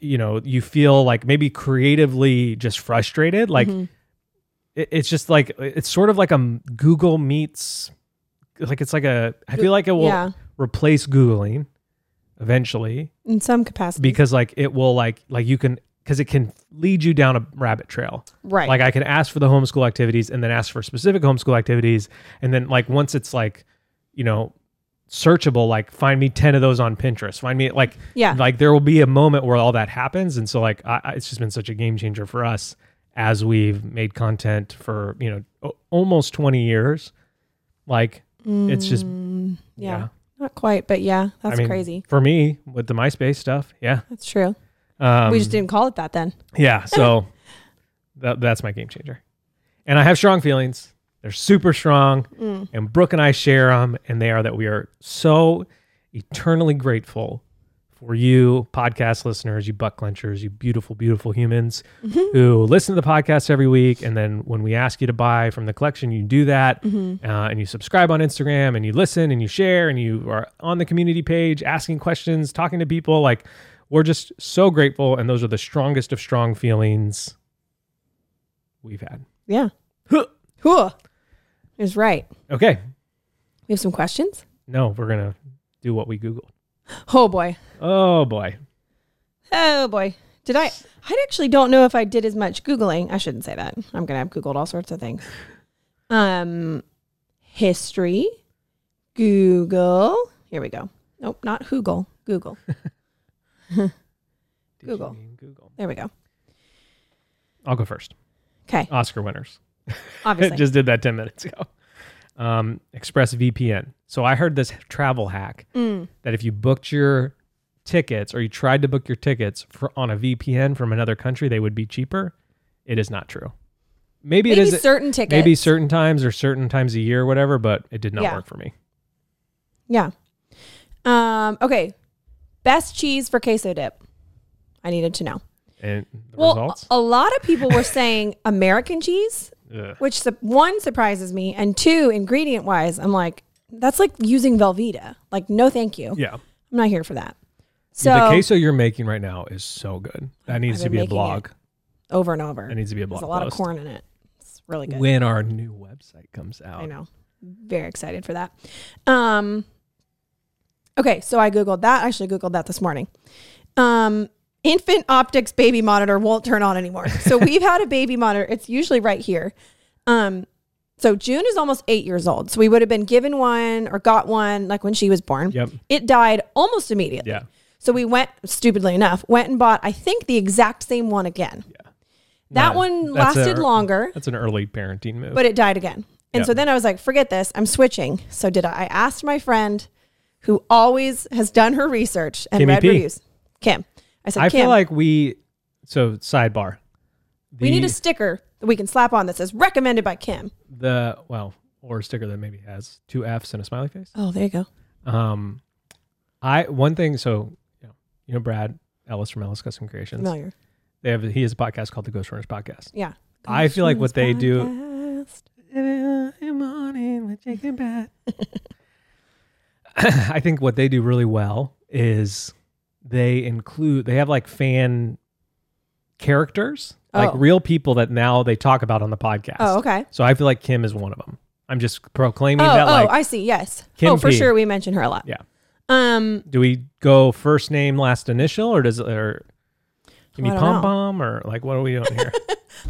Speaker 1: you know, you feel like maybe creatively just frustrated, like it, it's just like it's sort of like a m- Google meets, like it's like a. I feel like it will
Speaker 2: Yeah.
Speaker 1: replace googling eventually
Speaker 2: In some capacity.
Speaker 1: because like it will like like you can because it can lead you down a rabbit trail
Speaker 2: right.
Speaker 1: like i can ask for the homeschool activities and then ask for specific homeschool activities and then like once it's like you know searchable like find me 10 of those on pinterest find me like
Speaker 2: Yeah.
Speaker 1: like there will be a moment where all that happens and so like I, I- it's just been such a game changer for us as we've made content for you know o- almost 20 years like it's just
Speaker 2: Mm, yeah.
Speaker 1: yeah.
Speaker 2: Not quite, but yeah, that's
Speaker 1: I mean,
Speaker 2: crazy.
Speaker 1: for me with the myspace stuff yeah
Speaker 2: That's true.
Speaker 1: um,
Speaker 2: we just didn't call it that then.
Speaker 1: Yeah, so that, that's my game changer. And I have strong feelings. They're super strong. And Brooke and I share them. And they are that we are so eternally grateful for you, podcast listeners, you butt clenchers, you beautiful, beautiful humans who listen to the podcast every week. And then when we ask you to buy from the collection, you do that. Uh, and you subscribe on Instagram and you listen and you share and you are on the community page asking questions, talking to people. Like, we're just so grateful. And those are the strongest of strong feelings we've had.
Speaker 2: Yeah. Whoa. Is right.
Speaker 1: Okay.
Speaker 2: We have some questions.
Speaker 1: No, we're going to do what we Googled.
Speaker 2: Oh boy.
Speaker 1: Oh, boy.
Speaker 2: Oh boy. Did I? I actually don't know if I did as much Googling. I shouldn't say that. I'm going to have Googled all sorts of things. Um, history, Google. Here we go. Nope, not Google. Google.
Speaker 1: Did you
Speaker 2: Google.
Speaker 1: mean Google.
Speaker 2: There we go.
Speaker 1: I'll go first.
Speaker 2: Okay.
Speaker 1: Oscar winners.
Speaker 2: Obviously.
Speaker 1: Just did that 10 minutes ago. Um, ExpressVPN. So I heard this travel hack
Speaker 2: Mm.
Speaker 1: that if you booked your tickets or you tried to book your tickets for, on a VPN from another country, they would be cheaper. It is not true. Maybe,
Speaker 2: Maybe
Speaker 1: it is.
Speaker 2: certain tickets.
Speaker 1: Maybe certain times or certain times a year, whatever, but it did not
Speaker 2: Yeah.
Speaker 1: work for me.
Speaker 2: Yeah. Um. Okay. Best cheese for queso dip. I needed to know.
Speaker 1: And the
Speaker 2: Well,
Speaker 1: results?
Speaker 2: a lot of people were saying American cheese,
Speaker 1: Ugh.
Speaker 2: which su- one surprises me, and two, ingredient wise, I'm like, that's like using Velveeta. Like, no, thank you.
Speaker 1: Yeah.
Speaker 2: I'm not here for that. So
Speaker 1: the queso you're making right now is so good. That needs
Speaker 2: I've
Speaker 1: to
Speaker 2: been
Speaker 1: be a
Speaker 2: making
Speaker 1: blog.
Speaker 2: over and over,
Speaker 1: That needs to be a blog.
Speaker 2: there's a lot of
Speaker 1: post.
Speaker 2: corn in it. It's really good.
Speaker 1: When our new website comes out.
Speaker 2: I know. Very excited for that. Um, okay, so I Googled that. I actually Googled that this morning. Um, infant optics baby monitor won't turn on anymore. So we've had a baby monitor. It's usually right here. Um, so June is almost eight years old. So we would have been given one or got one like when she was born.
Speaker 1: Yep.
Speaker 2: It died almost immediately.
Speaker 1: Yeah.
Speaker 2: So we went, stupidly enough, went and bought, I think, the exact same one again. Yeah. That
Speaker 1: Nah,
Speaker 2: one
Speaker 1: that's a-
Speaker 2: lasted longer
Speaker 1: That's an early parenting move.
Speaker 2: but it died again. And
Speaker 1: Yeah.
Speaker 2: so then I was like, forget this, I'm switching. So did I, I asked my friend who always has done her research and
Speaker 1: Kimmy
Speaker 2: read
Speaker 1: P.
Speaker 2: reviews, Kim. I said,
Speaker 1: I
Speaker 2: Kim,
Speaker 1: feel like we. So sidebar. The,
Speaker 2: we need a sticker that we can slap on that says recommended by Kim.
Speaker 1: the well or a sticker that maybe has two F's and a smiley face.
Speaker 2: Oh, there you go.
Speaker 1: Um, I one thing. So you know, you know Brad Ellis from Ellis Custom Creations.
Speaker 2: Familiar.
Speaker 1: They have he has a podcast called the Ghost Runners Podcast.
Speaker 2: Yeah.
Speaker 1: I feel like what they do.
Speaker 2: Podcast.
Speaker 1: I think what they do really well is they include they have like fan characters, like
Speaker 2: Oh.
Speaker 1: real people that now they talk about on the podcast.
Speaker 2: Oh, okay.
Speaker 1: So I feel like Kim is one of them. I'm just proclaiming
Speaker 2: oh,
Speaker 1: that
Speaker 2: oh,
Speaker 1: like
Speaker 2: I see. Yes.
Speaker 1: Kim
Speaker 2: oh, for
Speaker 1: P.
Speaker 2: sure. We mention her a lot.
Speaker 1: Yeah.
Speaker 2: Um,
Speaker 1: do we go first name last initial or does it or can
Speaker 2: I
Speaker 1: be
Speaker 2: don't know.
Speaker 1: pom pom or like what are we doing here?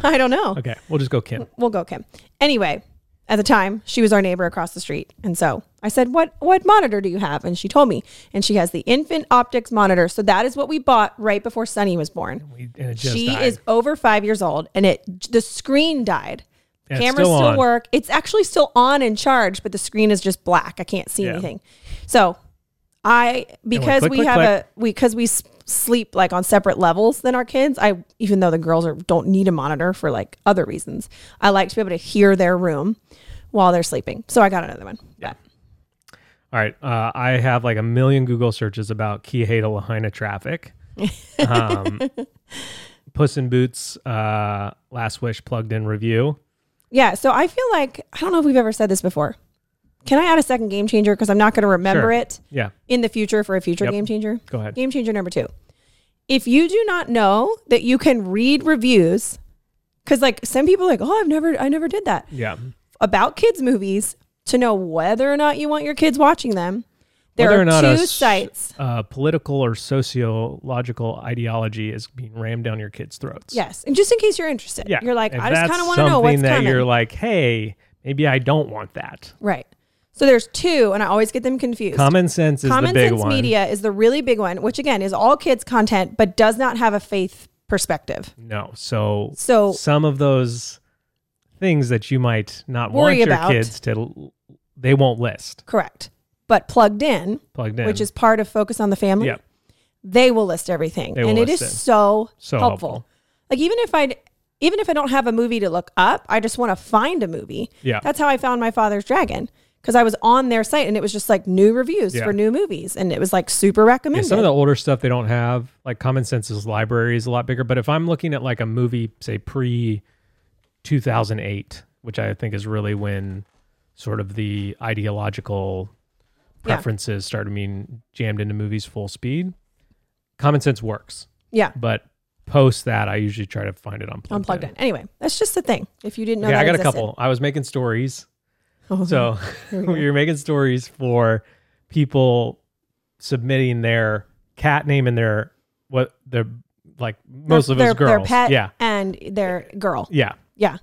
Speaker 2: I don't know.
Speaker 1: okay, we'll just go Kim.
Speaker 2: We'll go Kim. Anyway, at the time, she was our neighbor across the street. And so I said, "What what monitor do you have?" And she told me, and she has the infant optics monitor. So that is what we bought right before Sunny was born.
Speaker 1: We, and it just
Speaker 2: She
Speaker 1: died.
Speaker 2: is over 5 years old and it the screen died.
Speaker 1: And it's
Speaker 2: Cameras still,
Speaker 1: on.
Speaker 2: work. It's actually still on and charged, but the screen is just black. I can't see
Speaker 1: Yeah.
Speaker 2: anything. So I because
Speaker 1: click,
Speaker 2: we
Speaker 1: click,
Speaker 2: have
Speaker 1: click.
Speaker 2: a we because we s- sleep like on separate levels than our kids. I even though the girls are don't need a monitor for like other reasons. I like to be able to hear their room while they're sleeping. So I got another one. Yeah.
Speaker 1: All right. Uh, I have like a million Google searches about Kihei to Lahaina traffic. Um, Puss in Boots, uh, Last Wish plugged in review.
Speaker 2: Yeah. So I feel like I don't know if we've ever said this before. Can I add a second game changer because I'm not going to remember
Speaker 1: Sure.
Speaker 2: it
Speaker 1: Yeah,
Speaker 2: in the future for a future
Speaker 1: Yep.
Speaker 2: game changer?
Speaker 1: go ahead.
Speaker 2: Game changer number two. If you do not know that you can read reviews, because like some people are like, oh, I've never, I never did that
Speaker 1: Yeah.
Speaker 2: about kids movies to know whether or not you want your kids watching them. There
Speaker 1: Whether
Speaker 2: are
Speaker 1: or not a
Speaker 2: two
Speaker 1: s-
Speaker 2: sites.
Speaker 1: Uh, political or sociological ideology is being rammed down your kids' throats.
Speaker 2: Yes, and just in case you're interested,
Speaker 1: Yeah.
Speaker 2: you're like,
Speaker 1: If
Speaker 2: I just
Speaker 1: that's
Speaker 2: kind of want to know
Speaker 1: something
Speaker 2: what's
Speaker 1: that
Speaker 2: coming.
Speaker 1: You're like, hey, maybe I don't want that.
Speaker 2: right. So there's two, and I always get them confused.
Speaker 1: Common sense is
Speaker 2: Common
Speaker 1: the big
Speaker 2: Sense
Speaker 1: one.
Speaker 2: Media is the really big one, which again is all kids content, but does not have a faith perspective.
Speaker 1: No. So,
Speaker 2: So-
Speaker 1: some of those things that you might not want
Speaker 2: Worry
Speaker 1: your
Speaker 2: about.
Speaker 1: kids to, l- they won't list
Speaker 2: Correct. But plugged in,
Speaker 1: plugged in,
Speaker 2: which is part of Focus on the Family,
Speaker 1: yeah,
Speaker 2: they will list everything,
Speaker 1: They will
Speaker 2: and it is
Speaker 1: list it.
Speaker 2: so
Speaker 1: so helpful.
Speaker 2: helpful. Like even if I even if I don't have a movie to look up, I just want to find a movie.
Speaker 1: Yeah.
Speaker 2: That's how I found my father's dragon because I was on their site and it was just like new reviews
Speaker 1: Yeah.
Speaker 2: for new movies and it was like super
Speaker 1: Yeah,
Speaker 2: recommended.
Speaker 1: some of the older stuff they don't have like Common Sense's library is a lot bigger. But if I'm looking at like a movie, say pre 2008, which I think is really when sort of the ideological
Speaker 2: Yeah.
Speaker 1: preferences started being jammed into movies full speed, Common Sense works.
Speaker 2: yeah.
Speaker 1: But post that, I usually try to find it on Plugged,
Speaker 2: Unplugged in. Anyway, that's just the thing. If you didn't know,
Speaker 1: Okay,
Speaker 2: that
Speaker 1: I got a
Speaker 2: existed.
Speaker 1: couple. I was making stories.
Speaker 2: Oh,
Speaker 1: So we were making stories for people submitting their cat name and their what their like most of
Speaker 2: their,
Speaker 1: us girls.
Speaker 2: their pet
Speaker 1: Yeah,
Speaker 2: and their girl.
Speaker 1: yeah.
Speaker 2: Yeah,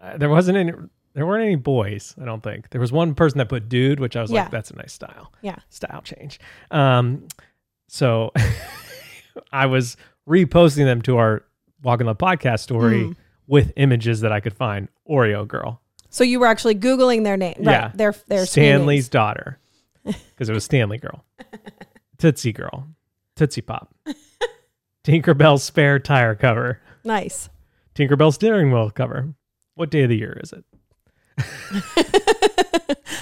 Speaker 1: Uh, there wasn't any. There weren't any boys. I don't think there was one person that put dude, which I was
Speaker 2: Yeah.
Speaker 1: like, that's a nice style.
Speaker 2: Yeah.
Speaker 1: style change. Um, so I was reposting them to our Walk in Love podcast story
Speaker 2: Mm.
Speaker 1: with images that I could find. Oreo girl,
Speaker 2: So you were actually googling their name. Right.
Speaker 1: Yeah.
Speaker 2: Their their screen
Speaker 1: Stanley's
Speaker 2: names.
Speaker 1: daughter, because it was Stanley Girl, Tootsie Girl, Tootsie Pop, Tinkerbell's spare tire cover,
Speaker 2: Nice.
Speaker 1: Tinkerbell's steering wheel cover. What day of the year is it?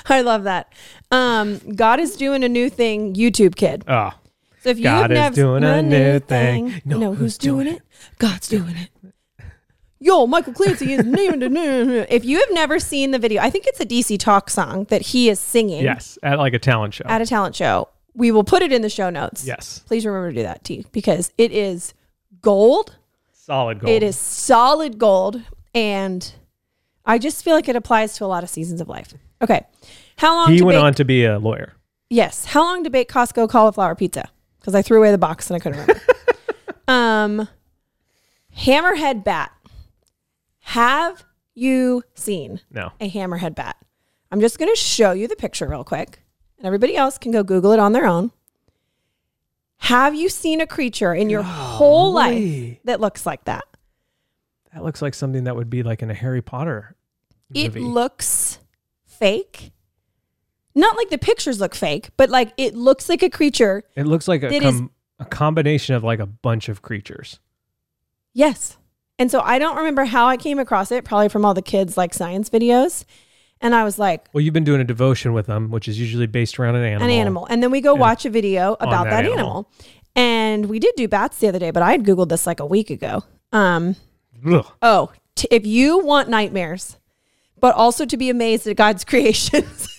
Speaker 2: I love that. Um, God is doing a new thing, YouTube Kid.
Speaker 1: Oh,
Speaker 2: So if you've
Speaker 1: God is
Speaker 2: never
Speaker 1: doing a new thing.
Speaker 2: you know who's doing it? God's doing it. Yo, Michael Clancy is named. If you have never seen the video, I think it's a DC Talk song that he is singing
Speaker 1: Yes, at like a talent show.
Speaker 2: at a talent show. We will put it in the show notes.
Speaker 1: yes,
Speaker 2: Please remember to do that, T, because it is gold.
Speaker 1: solid gold.
Speaker 2: It is solid gold. And I just feel like it applies to a lot of seasons of life. Okay. How long
Speaker 1: He
Speaker 2: to
Speaker 1: went
Speaker 2: bake-
Speaker 1: on to be a lawyer.
Speaker 2: Yes. How long to bake Costco cauliflower pizza? Because I threw away the box and I couldn't remember. um, hammerhead bat. Have you seen
Speaker 1: No,
Speaker 2: a hammerhead bat? I'm just going to show you the picture real quick, and everybody else can go Google it on their own. Have you seen a creature in your whole life
Speaker 1: Golly.
Speaker 2: that looks like that?
Speaker 1: that looks like something that would be like in a Harry Potter
Speaker 2: It
Speaker 1: movie.
Speaker 2: looks fake. Not like the pictures look fake, but like it looks like a creature.
Speaker 1: it looks like a,
Speaker 2: it is-
Speaker 1: com- a combination of like a bunch of creatures.
Speaker 2: Yes. And so I don't remember how I came across it, probably from all the kids like science videos. And I was like,
Speaker 1: Well, you've been doing a devotion with them, which is usually based around an animal.
Speaker 2: an animal. And then we go
Speaker 1: And-
Speaker 2: watch a video about
Speaker 1: that
Speaker 2: that,
Speaker 1: animal.
Speaker 2: animal. And we did do bats the other day, but I had Googled this like a week ago. Um,
Speaker 1: Ugh.
Speaker 2: oh, t- if you want nightmares, but also to be amazed at God's creations,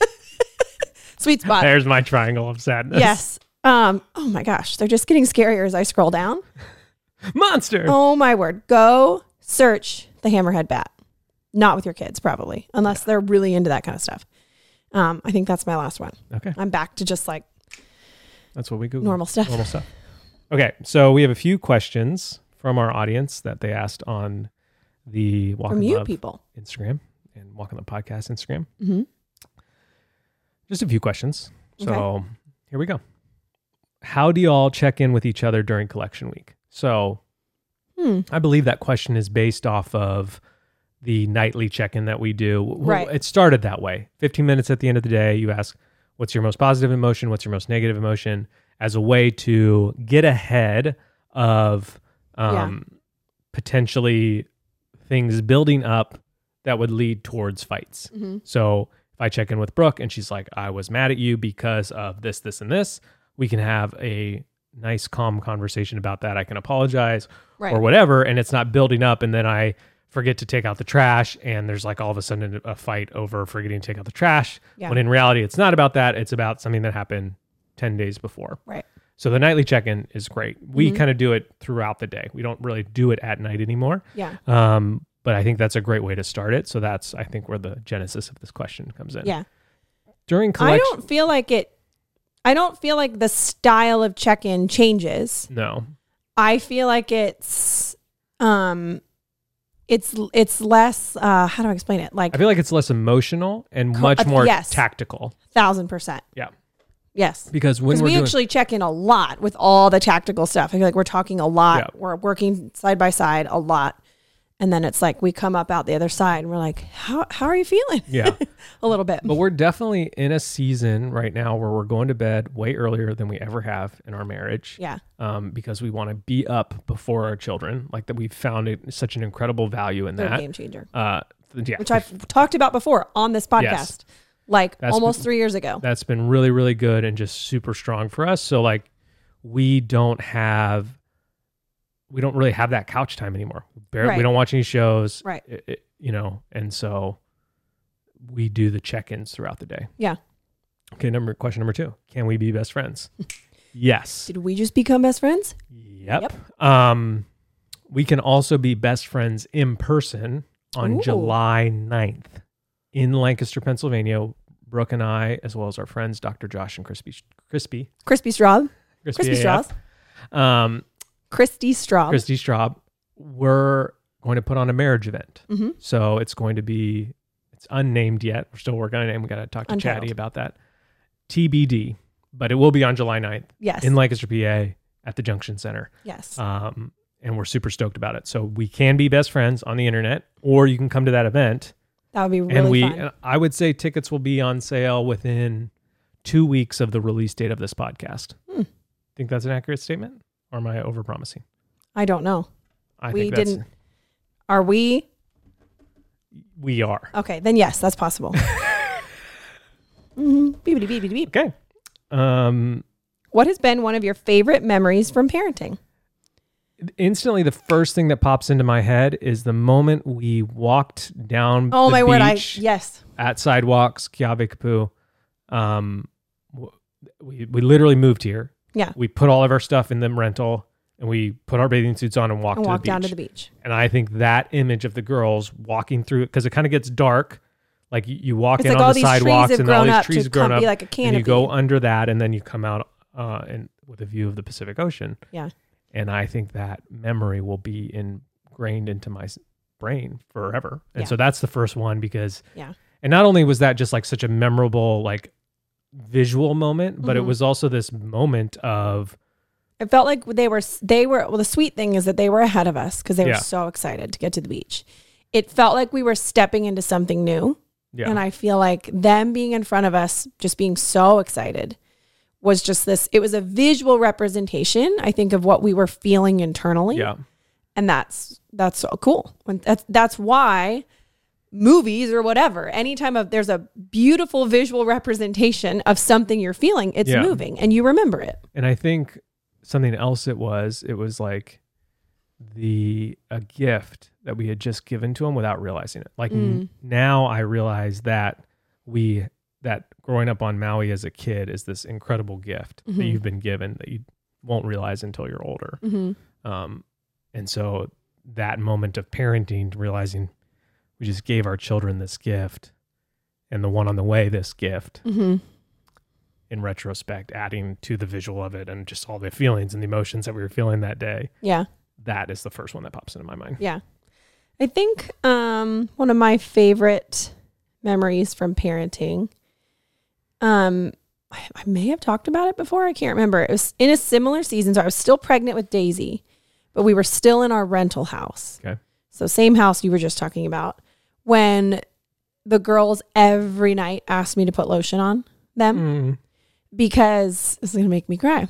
Speaker 2: sweet spot.
Speaker 1: There's my triangle of sadness.
Speaker 2: Yes. Um, oh my gosh, they're just getting scarier as I scroll down.
Speaker 1: Monster.
Speaker 2: Oh my word. Go search the hammerhead bat. Not with your kids, probably, unless they're really into that kind of stuff. Um, I think that's my last one.
Speaker 1: Okay.
Speaker 2: I'm back to just like
Speaker 1: That's what we Google.
Speaker 2: normal stuff.
Speaker 1: Normal stuff. Okay. So we have a few questions from our audience that they asked on the Walk
Speaker 2: from
Speaker 1: in
Speaker 2: you
Speaker 1: Love
Speaker 2: people.
Speaker 1: Instagram and Walk in the Podcast Instagram.
Speaker 2: Mhm.
Speaker 1: Just a few questions. So here we go. How do y'all check in with each other during collection week? So
Speaker 2: Hmm.
Speaker 1: I believe that question is based off of the nightly check-in that we do. W- w-
Speaker 2: Right.
Speaker 1: It started that way. 15 minutes at the end of the day, you ask, what's your most positive emotion? What's your most negative emotion? As a way to get ahead of um, potentially things building up that would lead towards fights. So if I check in with Brooke and she's like, I was mad at you because of this, this, and this, we can have a nice, calm conversation about that. I can apologize
Speaker 2: Right.
Speaker 1: or whatever. And it's not building up. And then I forget to take out the trash. And there's like all of a sudden a fight over forgetting to take out the trash.
Speaker 2: Yeah.
Speaker 1: When in reality, it's not about that. It's about something that happened 10 days before.
Speaker 2: Right. Mm-hmm.
Speaker 1: So the nightly check in is great. We kind of do it throughout the day. We don't really do it at night anymore.
Speaker 2: Yeah.
Speaker 1: Um, but I think that's a great way to start it. So that's I think where the genesis of this question comes in.
Speaker 2: Yeah.
Speaker 1: During
Speaker 2: I
Speaker 1: collection,
Speaker 2: don't feel like it I don't feel like the style of check in changes.
Speaker 1: no,
Speaker 2: I feel like it's um it's it's less uh how do I explain it? Like
Speaker 1: I feel like it's less emotional and much
Speaker 2: uh,
Speaker 1: more
Speaker 2: yes.
Speaker 1: tactical.
Speaker 2: thousand percent.
Speaker 1: Yeah,
Speaker 2: Yes.
Speaker 1: because when
Speaker 2: Because
Speaker 1: we're
Speaker 2: we
Speaker 1: doing,
Speaker 2: actually check in a lot with all the tactical stuff. I feel like we're talking a lot.
Speaker 1: Yeah.
Speaker 2: We're working side by side a lot. And then it's like we come up out the other side and we're like, how, how are you feeling?
Speaker 1: yeah,
Speaker 2: a little bit.
Speaker 1: but we're definitely in a season right now where we're going to bed way earlier than we ever have in our marriage.
Speaker 2: Yeah.
Speaker 1: um, because we want to be up before our children. Like that, we found it, such an incredible value in
Speaker 2: They're a
Speaker 1: that.
Speaker 2: game changer,
Speaker 1: Uh, th- yeah,
Speaker 2: which I've talked about before on this podcast,
Speaker 1: Yes.
Speaker 2: like
Speaker 1: That's-
Speaker 2: almost three years ago.
Speaker 1: that's been really really good and just super strong for us so like we don't have we don't really have that couch time anymore Bar-
Speaker 2: Right.
Speaker 1: we don't watch any shows
Speaker 2: Right.
Speaker 1: i- i- you know and so we do the check-ins throughout the day
Speaker 2: Yeah.
Speaker 1: okay number question number two can we be best friends yes
Speaker 2: Did we just become best friends?
Speaker 1: yep. um we can also be best friends in person on
Speaker 2: Ooh.
Speaker 1: july 9th in lancaster pennsylvania brooke and i as well as our friends dr josh and crispy crispy
Speaker 2: Crispy Straub,
Speaker 1: Crispy,
Speaker 2: Crispy
Speaker 1: AF.
Speaker 2: Straub,
Speaker 1: Um,
Speaker 2: Christy Straub.
Speaker 1: Christy Straub. We're going to put on a marriage event.
Speaker 2: Mhm.
Speaker 1: So it's going to be, it's unnamed yet. We're still working on a name. We got to talk to
Speaker 2: Untitled.
Speaker 1: Chatty about that. TBD, but it will be on July 9th
Speaker 2: yes.
Speaker 1: in Lancaster, PA at the Junction Center.
Speaker 2: yes.
Speaker 1: Um, and we're super stoked about it. So we can be best friends on the internet, or you can come to that event.
Speaker 2: that would be really
Speaker 1: and we, uh,
Speaker 2: fun.
Speaker 1: and I would say tickets will be on sale within two weeks of the release date of this podcast.
Speaker 2: Hmm.
Speaker 1: Think that's an accurate statement, or am I overpromising?
Speaker 2: I don't know.
Speaker 1: I
Speaker 2: We
Speaker 1: think that's,
Speaker 2: didn't- Are we?
Speaker 1: We are
Speaker 2: Okay. Then yes, that's possible. mm-hmm. Beepity beepity beep.
Speaker 1: okay. Um,
Speaker 2: What has been one of your favorite memories from parenting?
Speaker 1: Instantly, the first thing that pops into my head is the moment we walked down.
Speaker 2: Oh
Speaker 1: the
Speaker 2: my word! I
Speaker 1: beach
Speaker 2: yes,
Speaker 1: at sidewalks, Kiabe Kapu. Um, w- we we literally moved here.
Speaker 2: Yeah.
Speaker 1: we put all of our stuff in the rental, and we put our bathing suits on and walked
Speaker 2: and
Speaker 1: to the
Speaker 2: walk
Speaker 1: beach.
Speaker 2: down to the beach.
Speaker 1: And I think that image of the girls walking through because it kind of gets dark. Like you, you walk
Speaker 2: It's
Speaker 1: in
Speaker 2: like all
Speaker 1: on the
Speaker 2: these trees
Speaker 1: sidewalks
Speaker 2: have
Speaker 1: and all
Speaker 2: grown
Speaker 1: these
Speaker 2: up
Speaker 1: trees
Speaker 2: to
Speaker 1: grown
Speaker 2: come-
Speaker 1: up,
Speaker 2: be like a
Speaker 1: and you go
Speaker 2: canopy.
Speaker 1: under that, and then you come out uh, and with a view of the Pacific Ocean.
Speaker 2: Yeah.
Speaker 1: And I think that memory will be ingrained into my s- brain forever. And
Speaker 2: Yeah.
Speaker 1: so that's the first one because
Speaker 2: Yeah.
Speaker 1: And not only was that just like such a memorable like visual moment, but
Speaker 2: Mm-hmm.
Speaker 1: it was also this moment of
Speaker 2: It felt like they were they were well. The sweet thing is that they were ahead of us because they
Speaker 1: Yeah.
Speaker 2: were so excited to get to the beach. It felt like we were stepping into something new.
Speaker 1: yeah.
Speaker 2: And I feel like them being in front of us, just being so excited, was just this. It was a visual representation, I think, of what we were feeling internally.
Speaker 1: yeah.
Speaker 2: and that's that's so cool. And that's that's why movies or whatever, anytime of there's a beautiful visual representation of something you're feeling, it's
Speaker 1: Yeah.
Speaker 2: moving and you remember it.
Speaker 1: And I think something else it was, it was like the a gift that we had just given to him without realizing it. Like n- now I realize that we that growing up on Maui as a kid is this incredible gift that you've been given that you won't realize until you're older. Um, and so that moment of parenting, realizing we just gave our children this gift and the one on the way this gift
Speaker 2: Mm-hmm.
Speaker 1: in retrospect, adding to the visual of it and just all the feelings and the emotions that we were feeling that day.
Speaker 2: Yeah,
Speaker 1: That is the first one that pops into my mind.
Speaker 2: yeah. I think um, one of my favorite memories from parenting. Um, I, I may have talked about it before. I can't remember. It was in a similar season, so I was still pregnant with Daisy, but we were still in our rental house.
Speaker 1: Okay.
Speaker 2: So same house you were just talking about. When the girls every night asked me to put lotion on them
Speaker 1: Mm,
Speaker 2: because this is gonna make me cry.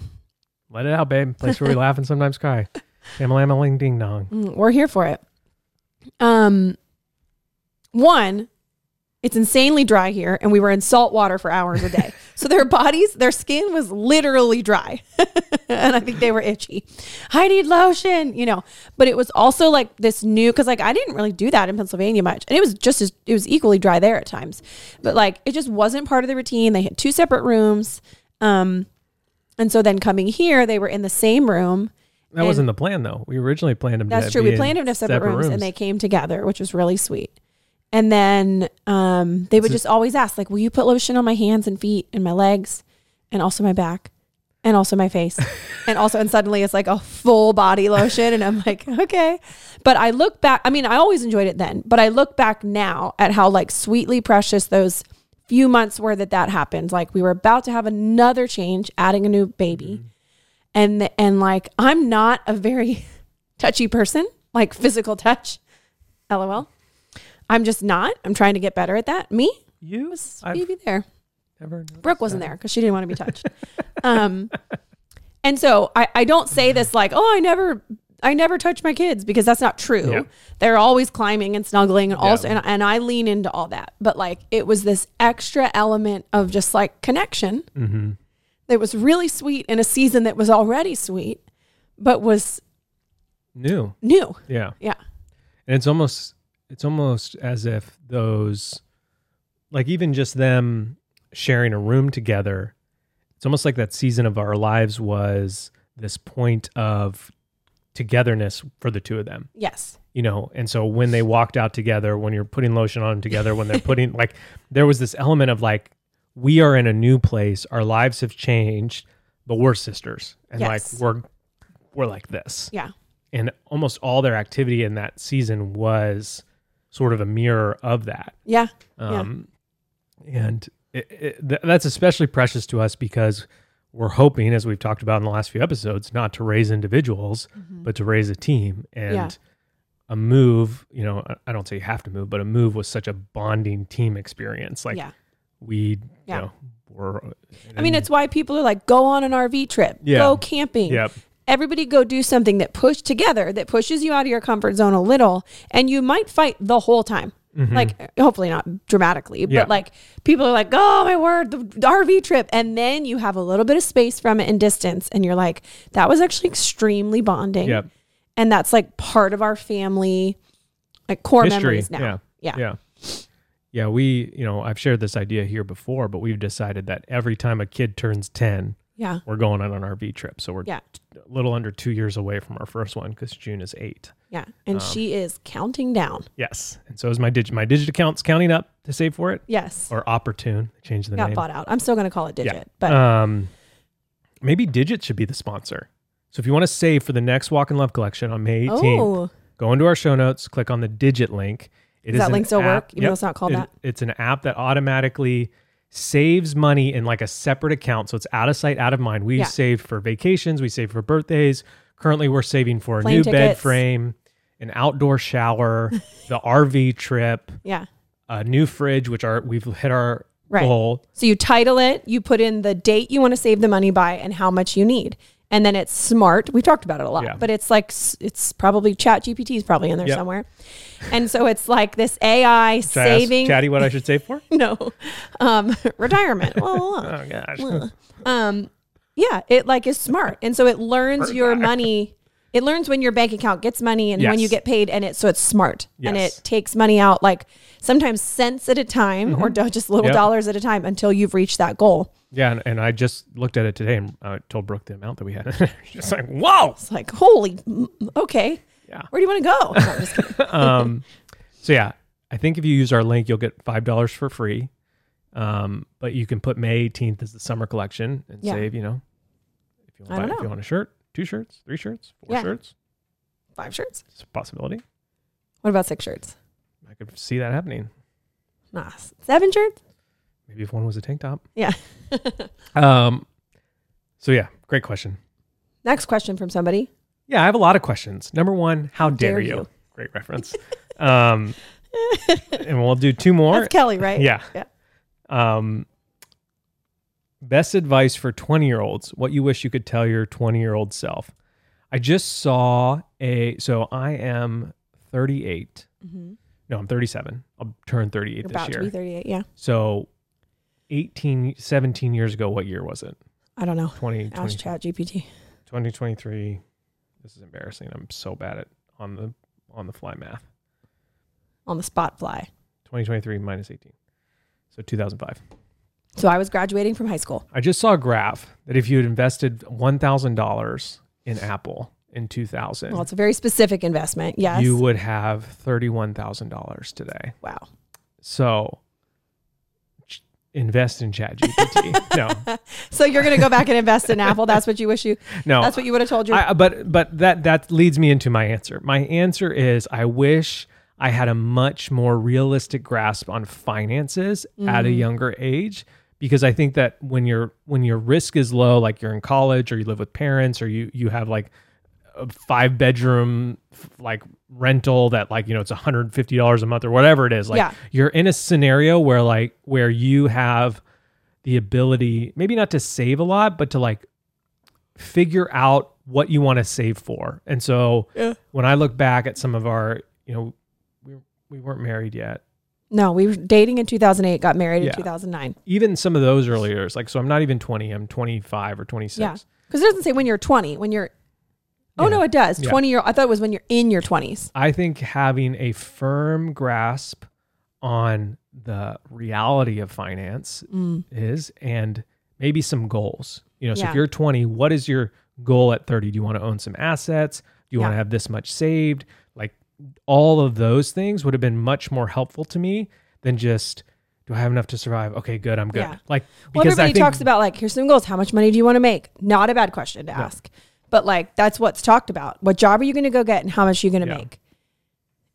Speaker 1: let it out, babe. Place where we laugh and sometimes cry. Ling ding dong.
Speaker 2: Mm, We're here for it. Um, one, it's insanely dry here, and we were in salt water for hours a day. so their bodies, their skin was literally dry, and I think they were itchy. I need lotion, you know. But it was also like this new because like I didn't really do that in Pennsylvania much, and it was just as it was equally dry there at times. But like it just wasn't part of the routine. They had two separate rooms. Um, and so then coming here, they were in the same room.
Speaker 1: That wasn't the plan though. We originally planned them.
Speaker 2: That's
Speaker 1: to
Speaker 2: true.
Speaker 1: be
Speaker 2: We
Speaker 1: in
Speaker 2: planned them to have separate, rooms, and
Speaker 1: rooms.
Speaker 2: they came together, which was really sweet. And then um, they would just always ask, like, "Will you put lotion on my hands and feet and my legs, and also my back, and also my face, and also?" And suddenly it's like a full body lotion, and I'm like, "Okay." But I look back. I mean, I always enjoyed it then, but I look back now at how like sweetly precious those few months were that that happened. Like we were about to have another change, adding a new baby
Speaker 1: Mm-hmm.
Speaker 2: and and like I'm not a very touchy person, like physical touch. LOL. I'm just not. I'm trying to get better at that. Me
Speaker 1: you
Speaker 2: was
Speaker 1: I've
Speaker 2: maybe there.
Speaker 1: never noticed
Speaker 2: Brooke wasn't there because she didn't want to be touched. um, and so I, I don't say this like, oh, I never, I never touch my kids because that's not true.
Speaker 1: Yeah.
Speaker 2: They're always climbing and snuggling and also,
Speaker 1: Yeah.
Speaker 2: and, and I lean into all that. But like, it was this extra element of just like connection
Speaker 1: mm-hmm.
Speaker 2: that was really sweet in a season that was already sweet, but was
Speaker 1: new.
Speaker 2: new.
Speaker 1: Yeah.
Speaker 2: Yeah.
Speaker 1: and it's almost it's almost as if those like even just them sharing a room together it's almost like that season of our lives was this point of togetherness for the two of them
Speaker 2: Yes.
Speaker 1: you know and so when they walked out together when you're putting lotion on together when they're putting like there was this element of like we are in a new place our lives have changed but we're sisters and
Speaker 2: Yes.
Speaker 1: like we're we're like this
Speaker 2: Yeah.
Speaker 1: and almost all their activity in that season was sort of a mirror of that.
Speaker 2: Yeah.
Speaker 1: Um, And it, it, th- that's especially precious to us because we're hoping, as we've talked about in the last few episodes, not to raise individuals, but to raise a team. And
Speaker 2: Mm-hmm. Yeah.
Speaker 1: a move, you know, I- I don't say you have to move, but a move was such a bonding team experience. Like
Speaker 2: yeah.
Speaker 1: we,
Speaker 2: Yeah.
Speaker 1: you know, were.
Speaker 2: I mean, it's why people are like, go on an RV trip,
Speaker 1: Yeah.
Speaker 2: go camping.
Speaker 1: Yep.
Speaker 2: Everybody go do something that push together that pushes you out of your comfort zone a little, and you might fight the whole time. Like, hopefully not dramatically,
Speaker 1: Mm-hmm. Yeah.
Speaker 2: but like people are like, oh my word, the RV trip. And then you have a little bit of space from it and distance. And you're like, that was actually extremely bonding.
Speaker 1: Yep.
Speaker 2: And that's like part of our family, like core
Speaker 1: History.
Speaker 2: memories now.
Speaker 1: Yeah.
Speaker 2: Yeah.
Speaker 1: Yeah. Yeah, we, you know, I've shared this idea here before, but we've decided that every time a kid turns 10,
Speaker 2: Yeah.
Speaker 1: we're going on an RV trip. So we're
Speaker 2: Yeah.
Speaker 1: t- a little under two years away from our first one because June is eight.
Speaker 2: Yeah. And
Speaker 1: Um,
Speaker 2: she is counting down.
Speaker 1: Yes. And so is my digit. My digit account's counting up to save for it
Speaker 2: Yes.
Speaker 1: or opportune. Change the
Speaker 2: Got
Speaker 1: name.
Speaker 2: bought out. I'm still going to call it Digit, but
Speaker 1: um, maybe Digit should be the sponsor. So if you want to save for the next Walk and Love collection on May 18th,
Speaker 2: oh,
Speaker 1: go into our show notes, click on the Digit link. It
Speaker 2: Does that
Speaker 1: an
Speaker 2: link still work,
Speaker 1: app-
Speaker 2: even though it's not called
Speaker 1: It-
Speaker 2: that?
Speaker 1: It's an app that automatically saves money in like a separate account, so it's out of sight, out of mind. We
Speaker 2: Yeah.
Speaker 1: saved for vacations, we saved for birthdays. Currently, we're saving for a
Speaker 2: Plane
Speaker 1: new bed
Speaker 2: tickets.
Speaker 1: frame, an outdoor shower, the RV trip,
Speaker 2: yeah.
Speaker 1: a new fridge, which are we've hit our
Speaker 2: Right.
Speaker 1: goal.
Speaker 2: So you title it, you put in the date you want to save the money by and how much you need. And then it's smart. We talked about it a lot,
Speaker 1: Yeah.
Speaker 2: but it's like, s- it's probably chat GPT is probably in there
Speaker 1: Yep.
Speaker 2: somewhere. And so it's like this AI
Speaker 1: Should I ask
Speaker 2: saving,
Speaker 1: Chatty what I should save for?
Speaker 2: no, um, retirement. Well, well, well.
Speaker 1: Oh gosh.
Speaker 2: um, yeah, it like is smart. And so it learns your money. It learns when your bank account gets money and when you
Speaker 1: Yes.
Speaker 2: get paid. And it, so it's smart and
Speaker 1: Yes.
Speaker 2: it takes money out like sometimes cents at a time or do- just little
Speaker 1: Mm-hmm. Yep.
Speaker 2: dollars at a time until you've reached that goal.
Speaker 1: Yeah, and, and I just looked at it today and I told Brooke the amount that we had. She's like, "Whoa!"
Speaker 2: It's like, holy, mm, okay.
Speaker 1: Yeah.
Speaker 2: Where do you want to go? No, I'm just kidding.
Speaker 1: um, so yeah, I think if you use our link, you'll get five dollars for free. Um, but you can put May 18th as the summer collection and
Speaker 2: Yeah.
Speaker 1: save. You know, if you
Speaker 2: I
Speaker 1: want,
Speaker 2: don't
Speaker 1: if you
Speaker 2: know.
Speaker 1: want a shirt, two shirts, three shirts, four
Speaker 2: Yeah.
Speaker 1: shirts,
Speaker 2: Five shirts.
Speaker 1: it's a possibility.
Speaker 2: What about six shirts?
Speaker 1: I could see that happening.
Speaker 2: Nah, s- seven shirts.
Speaker 1: Maybe if one was a tank top.
Speaker 2: Yeah.
Speaker 1: Um, so yeah, great question.
Speaker 2: Next question from somebody.
Speaker 1: Yeah, I have a lot of questions. Number one, how dare,
Speaker 2: dare
Speaker 1: you?
Speaker 2: you.
Speaker 1: Great reference. um, and we'll do two more.
Speaker 2: That's Kelly, right?
Speaker 1: Yeah.
Speaker 2: Yeah.
Speaker 1: Um, best advice for 20 year olds, what you wish you could tell your 20 year old self. I just saw a, so I am 38.
Speaker 2: Mhm.
Speaker 1: No, I'm 37. I'll turn 38
Speaker 2: You're
Speaker 1: this
Speaker 2: about
Speaker 1: year.
Speaker 2: to be 38. Yeah.
Speaker 1: So 18, 17 years ago, what year was it?
Speaker 2: I don't know.
Speaker 1: 20,
Speaker 2: Ask
Speaker 1: 20
Speaker 2: Chat GPT.
Speaker 1: 2023. This is embarrassing. I'm so bad at on the, on the fly math.
Speaker 2: On the spot fly.
Speaker 1: 2023 minus 18. So 2005.
Speaker 2: So I was graduating from high school.
Speaker 1: I just saw a graph that if you had invested one thousand dollars in Apple in two thousand,
Speaker 2: Well, it's a very specific investment. Yes.
Speaker 1: you would have thirty-one thousand dollars today.
Speaker 2: wow.
Speaker 1: So ch- invest in ChatGPT. no,
Speaker 2: So you're going to go back and invest in Apple. That's what you wish you,
Speaker 1: no,
Speaker 2: that's what you would have told your,
Speaker 1: I, but but that that leads me into my answer. My answer is I wish I had a much more realistic grasp on finances at a
Speaker 2: Mm.
Speaker 1: younger age because I think that when your when your risk is low, like you're in college or you live with parents or you you have like a five bedroom f- like rental that like you know it's $150 a month or whatever it is like
Speaker 2: Yeah.
Speaker 1: you're in a scenario where like where you have the ability maybe not to save a lot but to like figure out what you want to save for. And so
Speaker 2: Yeah.
Speaker 1: when I look back at some of our, you know, we we weren't married yet.
Speaker 2: no, we were dating in 2008, got married
Speaker 1: Yeah.
Speaker 2: in 2009.
Speaker 1: Even some of those earlier years, like so I'm not even 20, I'm 25 or 26.
Speaker 2: Yeah. Because it doesn't say when you're 20, when you're, oh no, it does.
Speaker 1: Yeah.
Speaker 2: 20 year, I thought it was when you're in your 20s.
Speaker 1: I think having a firm grasp on the reality of finance is and maybe some goals. You know, so if
Speaker 2: Mm. Yeah.
Speaker 1: you're 20, what is your goal at 30? Do you want to own some assets? Do you want to
Speaker 2: Yeah.
Speaker 1: have this much saved? Like all of those things would have been much more helpful to me than just do I have enough to survive? Okay, good, I'm good.
Speaker 2: Yeah.
Speaker 1: Like
Speaker 2: Well,
Speaker 1: because I
Speaker 2: everybody
Speaker 1: think
Speaker 2: talks about like, here's some goals. How much money do you want to make? Not a bad question to ask, but like that's what's talked about. What job are you going to go get, and how much are you going to
Speaker 1: Yeah.
Speaker 2: make?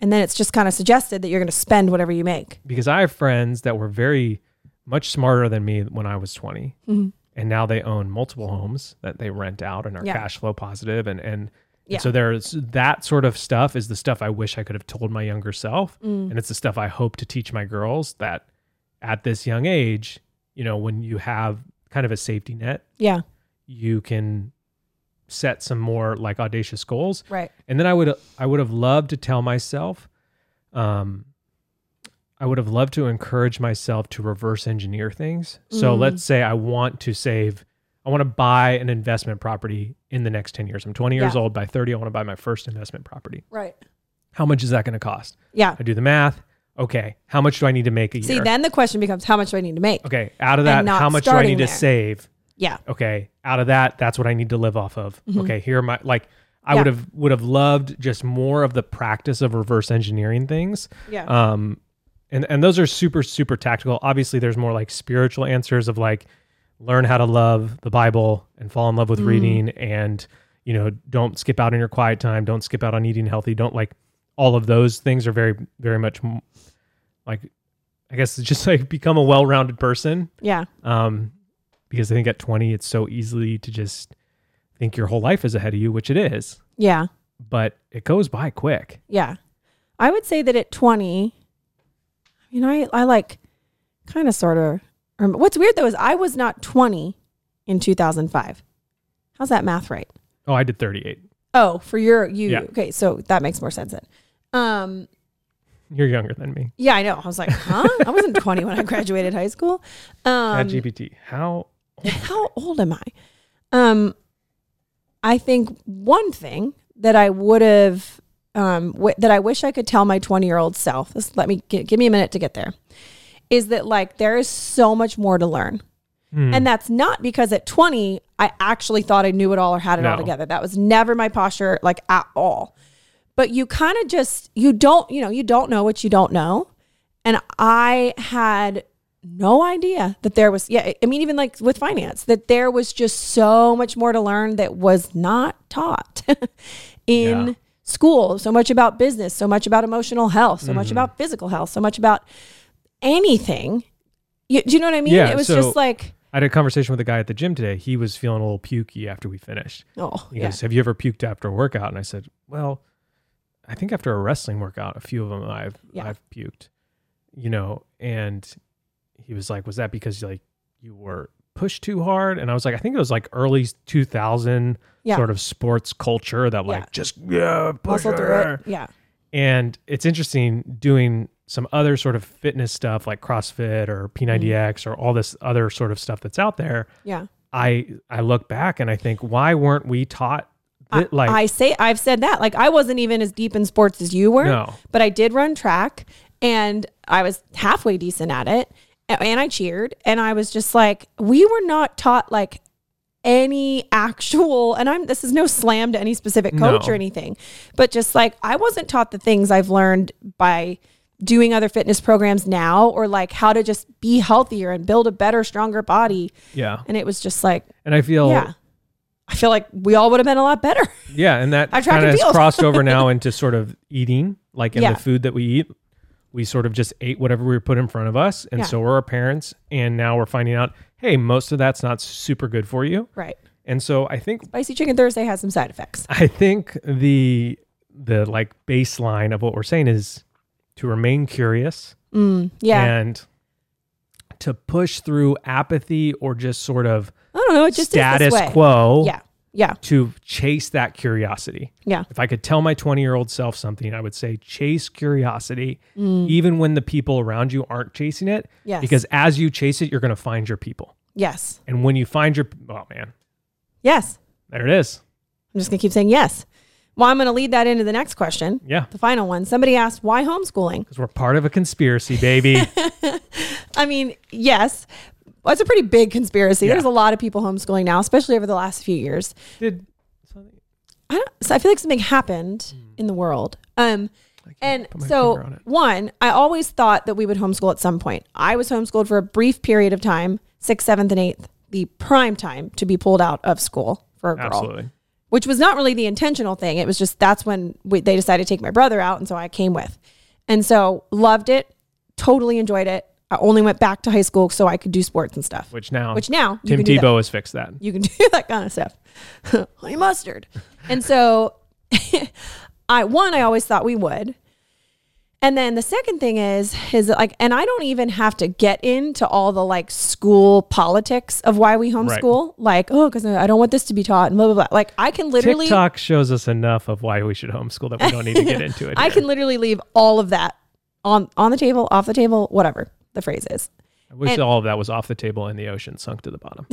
Speaker 2: And then it's just kind of suggested that you're going to spend whatever you make.
Speaker 1: because I have friends that were very much smarter than me when I was 20.
Speaker 2: Mm-hmm.
Speaker 1: And now they own multiple homes that they rent out and are
Speaker 2: Yeah.
Speaker 1: cash flow positive and and and
Speaker 2: Yeah.
Speaker 1: so there's that sort of stuff is the stuff I wish I could have told my younger self
Speaker 2: Mm.
Speaker 1: and it's the stuff I hope to teach my girls that at this young age, you know, when you have kind of a safety net,
Speaker 2: Yeah,
Speaker 1: you can set some more like audacious goals
Speaker 2: right.
Speaker 1: and then I would I would have loved to tell myself, um, I would have loved to encourage myself to reverse engineer things. So
Speaker 2: Mm.
Speaker 1: let's say I want to save, I want to buy an investment property in the next 10 years. I'm 20 years
Speaker 2: Yeah.
Speaker 1: old. By 30, I want to buy my first investment property.
Speaker 2: Right.
Speaker 1: How much is that going to cost?
Speaker 2: Yeah.
Speaker 1: I do the math. Okay. How much do I need to make a
Speaker 2: See,
Speaker 1: year?
Speaker 2: then the question becomes how much do I need to make?
Speaker 1: okay. Out of
Speaker 2: and
Speaker 1: that,
Speaker 2: not
Speaker 1: how much do I
Speaker 2: starting
Speaker 1: need to
Speaker 2: there.
Speaker 1: save?
Speaker 2: Yeah.
Speaker 1: Okay. Out of that, that's what I need to live off of. Okay. Here are my, like, I
Speaker 2: Yeah.
Speaker 1: would have would have loved just more of the practice of reverse engineering things
Speaker 2: Yeah.
Speaker 1: um and and those are super super tactical obviously there's more like spiritual answers of like learn how to love the bible and fall in love with reading and you know don't skip out on your quiet time don't skip out on eating healthy don't like all of those things are very very much m- like i guess it's just like become a well-rounded person
Speaker 2: yeah.
Speaker 1: um because i think at 20 it's so easy to just think your whole life is ahead of you which it is
Speaker 2: Yeah.
Speaker 1: but it goes by quick
Speaker 2: Yeah. I would say that at 20, I mean, I, I like kind of sort of. Remember. What's weird though is I was not 20 in 2005. How's that math right?
Speaker 1: oh i did 38
Speaker 2: Oh, for your, you.
Speaker 1: Yeah.
Speaker 2: Okay. So that makes more sense then. Um,
Speaker 1: you're younger than me
Speaker 2: yeah, I know. I was like, huh? I wasn't 20 when I graduated high school. Um,
Speaker 1: ChatGPT. How?
Speaker 2: how old am I? Um, I think one thing that I would have, um, w- that I wish I could tell my 20 year old self, this, let me gi- give me a minute to get there, is that like there is so much more to learn. And that's not because at 20, I actually thought I knew it all or had it all
Speaker 1: No.
Speaker 2: together. That was never my posture, like at all. But you kind of just, you don't, you know, you don't know what you don't know. And I had no idea that there was, yeah, I mean, even like with finance, that there was just so much more to learn that was not taught in
Speaker 1: Yeah.
Speaker 2: school. So much about business, so much about emotional health, so
Speaker 1: Mm-hmm.
Speaker 2: much about physical health, so much about anything. You, do you know what I mean?
Speaker 1: Yeah,
Speaker 2: it was
Speaker 1: so-
Speaker 2: just like,
Speaker 1: I had a conversation with a guy at the gym today. He was feeling a little pukey after we finished.
Speaker 2: oh,
Speaker 1: He
Speaker 2: yeah.
Speaker 1: goes, "Have you ever puked after a workout?" And I said, "Well, I think after a wrestling workout, a few of them I've
Speaker 2: Yeah.
Speaker 1: I've puked." You know, and he was like, "Was that because like you were pushed too hard?" And I was like, "I think it was like early 2000
Speaker 2: Yeah.
Speaker 1: sort of sports culture that like
Speaker 2: Yeah.
Speaker 1: just yeah, push
Speaker 2: Muscle through
Speaker 1: her."
Speaker 2: it. Yeah.
Speaker 1: And it's interesting doing some other sort of fitness stuff like CrossFit or P90X or all this other sort of stuff that's out there.
Speaker 2: Yeah.
Speaker 1: I I look back and I think, why weren't we taught that, like
Speaker 2: I say I've said that. Like I wasn't even as deep in sports as you were,
Speaker 1: No.
Speaker 2: but I did run track and I was halfway decent at it. a- And I cheered and I was just like, we were not taught like any actual and I'm this is no slam to any specific coach
Speaker 1: No.
Speaker 2: or anything, but just like I wasn't taught the things I've learned by doing other fitness programs now or like how to just be healthier and build a better, stronger body.
Speaker 1: yeah?
Speaker 2: And it was just like,
Speaker 1: And I feel
Speaker 2: yeah.
Speaker 1: yeah,
Speaker 2: I feel like we all would have been a lot better.
Speaker 1: and that
Speaker 2: Our track
Speaker 1: kind of
Speaker 2: and
Speaker 1: has
Speaker 2: field.
Speaker 1: crossed over now into sort of eating, like in
Speaker 2: Yeah.
Speaker 1: the food that we eat. We sort of just ate whatever we were put in front of us, and
Speaker 2: Yeah.
Speaker 1: so were our parents. And now we're finding out, hey, most of that's not super good for you.
Speaker 2: Right.
Speaker 1: And so I think
Speaker 2: Spicy Chicken Thursday has some side effects.
Speaker 1: I think the the like baseline of what we're saying is to remain curious
Speaker 2: Yeah.
Speaker 1: and to push through apathy or just sort of
Speaker 2: I don't know. It just is
Speaker 1: status
Speaker 2: this way.
Speaker 1: quo
Speaker 2: Yeah. Yeah.
Speaker 1: to chase that curiosity.
Speaker 2: Yeah.
Speaker 1: If I could tell my 20-year-old self something, I would say chase curiosity even when the people around you aren't chasing it
Speaker 2: Mm. Yes.
Speaker 1: because as you chase it you're going to find your people.
Speaker 2: Yes.
Speaker 1: And when you find your oh man,
Speaker 2: Yes.
Speaker 1: there it is.
Speaker 2: I'm just going to keep saying yes. Well, I'm going to lead that into the next question,
Speaker 1: Yeah.
Speaker 2: the final one. Somebody asked, why homeschooling?
Speaker 1: Cuz we're part of a conspiracy, baby.
Speaker 2: I mean, yes. That's a pretty big conspiracy.
Speaker 1: Yeah.
Speaker 2: There's a lot of people homeschooling now, especially over the last few years.
Speaker 1: Did
Speaker 2: I don't, so I feel like something happened
Speaker 1: Hmm.
Speaker 2: in the world. Um, and
Speaker 1: my
Speaker 2: so
Speaker 1: finger on it.
Speaker 2: one, I always thought that we would homeschool at some point. I was homeschooled for a brief period of time, sixth, seventh, and eighth, the prime time to be pulled out of school for a girl,
Speaker 1: Absolutely.
Speaker 2: which was not really the intentional thing. It was just that's when we, they decided to take my brother out, and so I came with, and so loved it, totally enjoyed it. I only went back to high school so I could do sports and stuff,
Speaker 1: Which now,
Speaker 2: which now you
Speaker 1: Tim
Speaker 2: can do that
Speaker 1: Tebow has fixed that.
Speaker 2: you can do that kind of stuff. Honey mustard. And so I one, I always thought we would. And then the second thing is, is that, like, and I don't even have to get into all the like school politics of why we homeschool. Like, oh, because I don't want this to be taught and blah, blah, blah. Like, I can literally,
Speaker 1: TikTok shows us enough of why we should homeschool that we don't need to get into it.
Speaker 2: I
Speaker 1: here.
Speaker 2: can literally leave all of that on on the table, off the table, whatever the phrase is.
Speaker 1: I wish
Speaker 2: And-
Speaker 1: all of that was off the table and the ocean sunk to the bottom.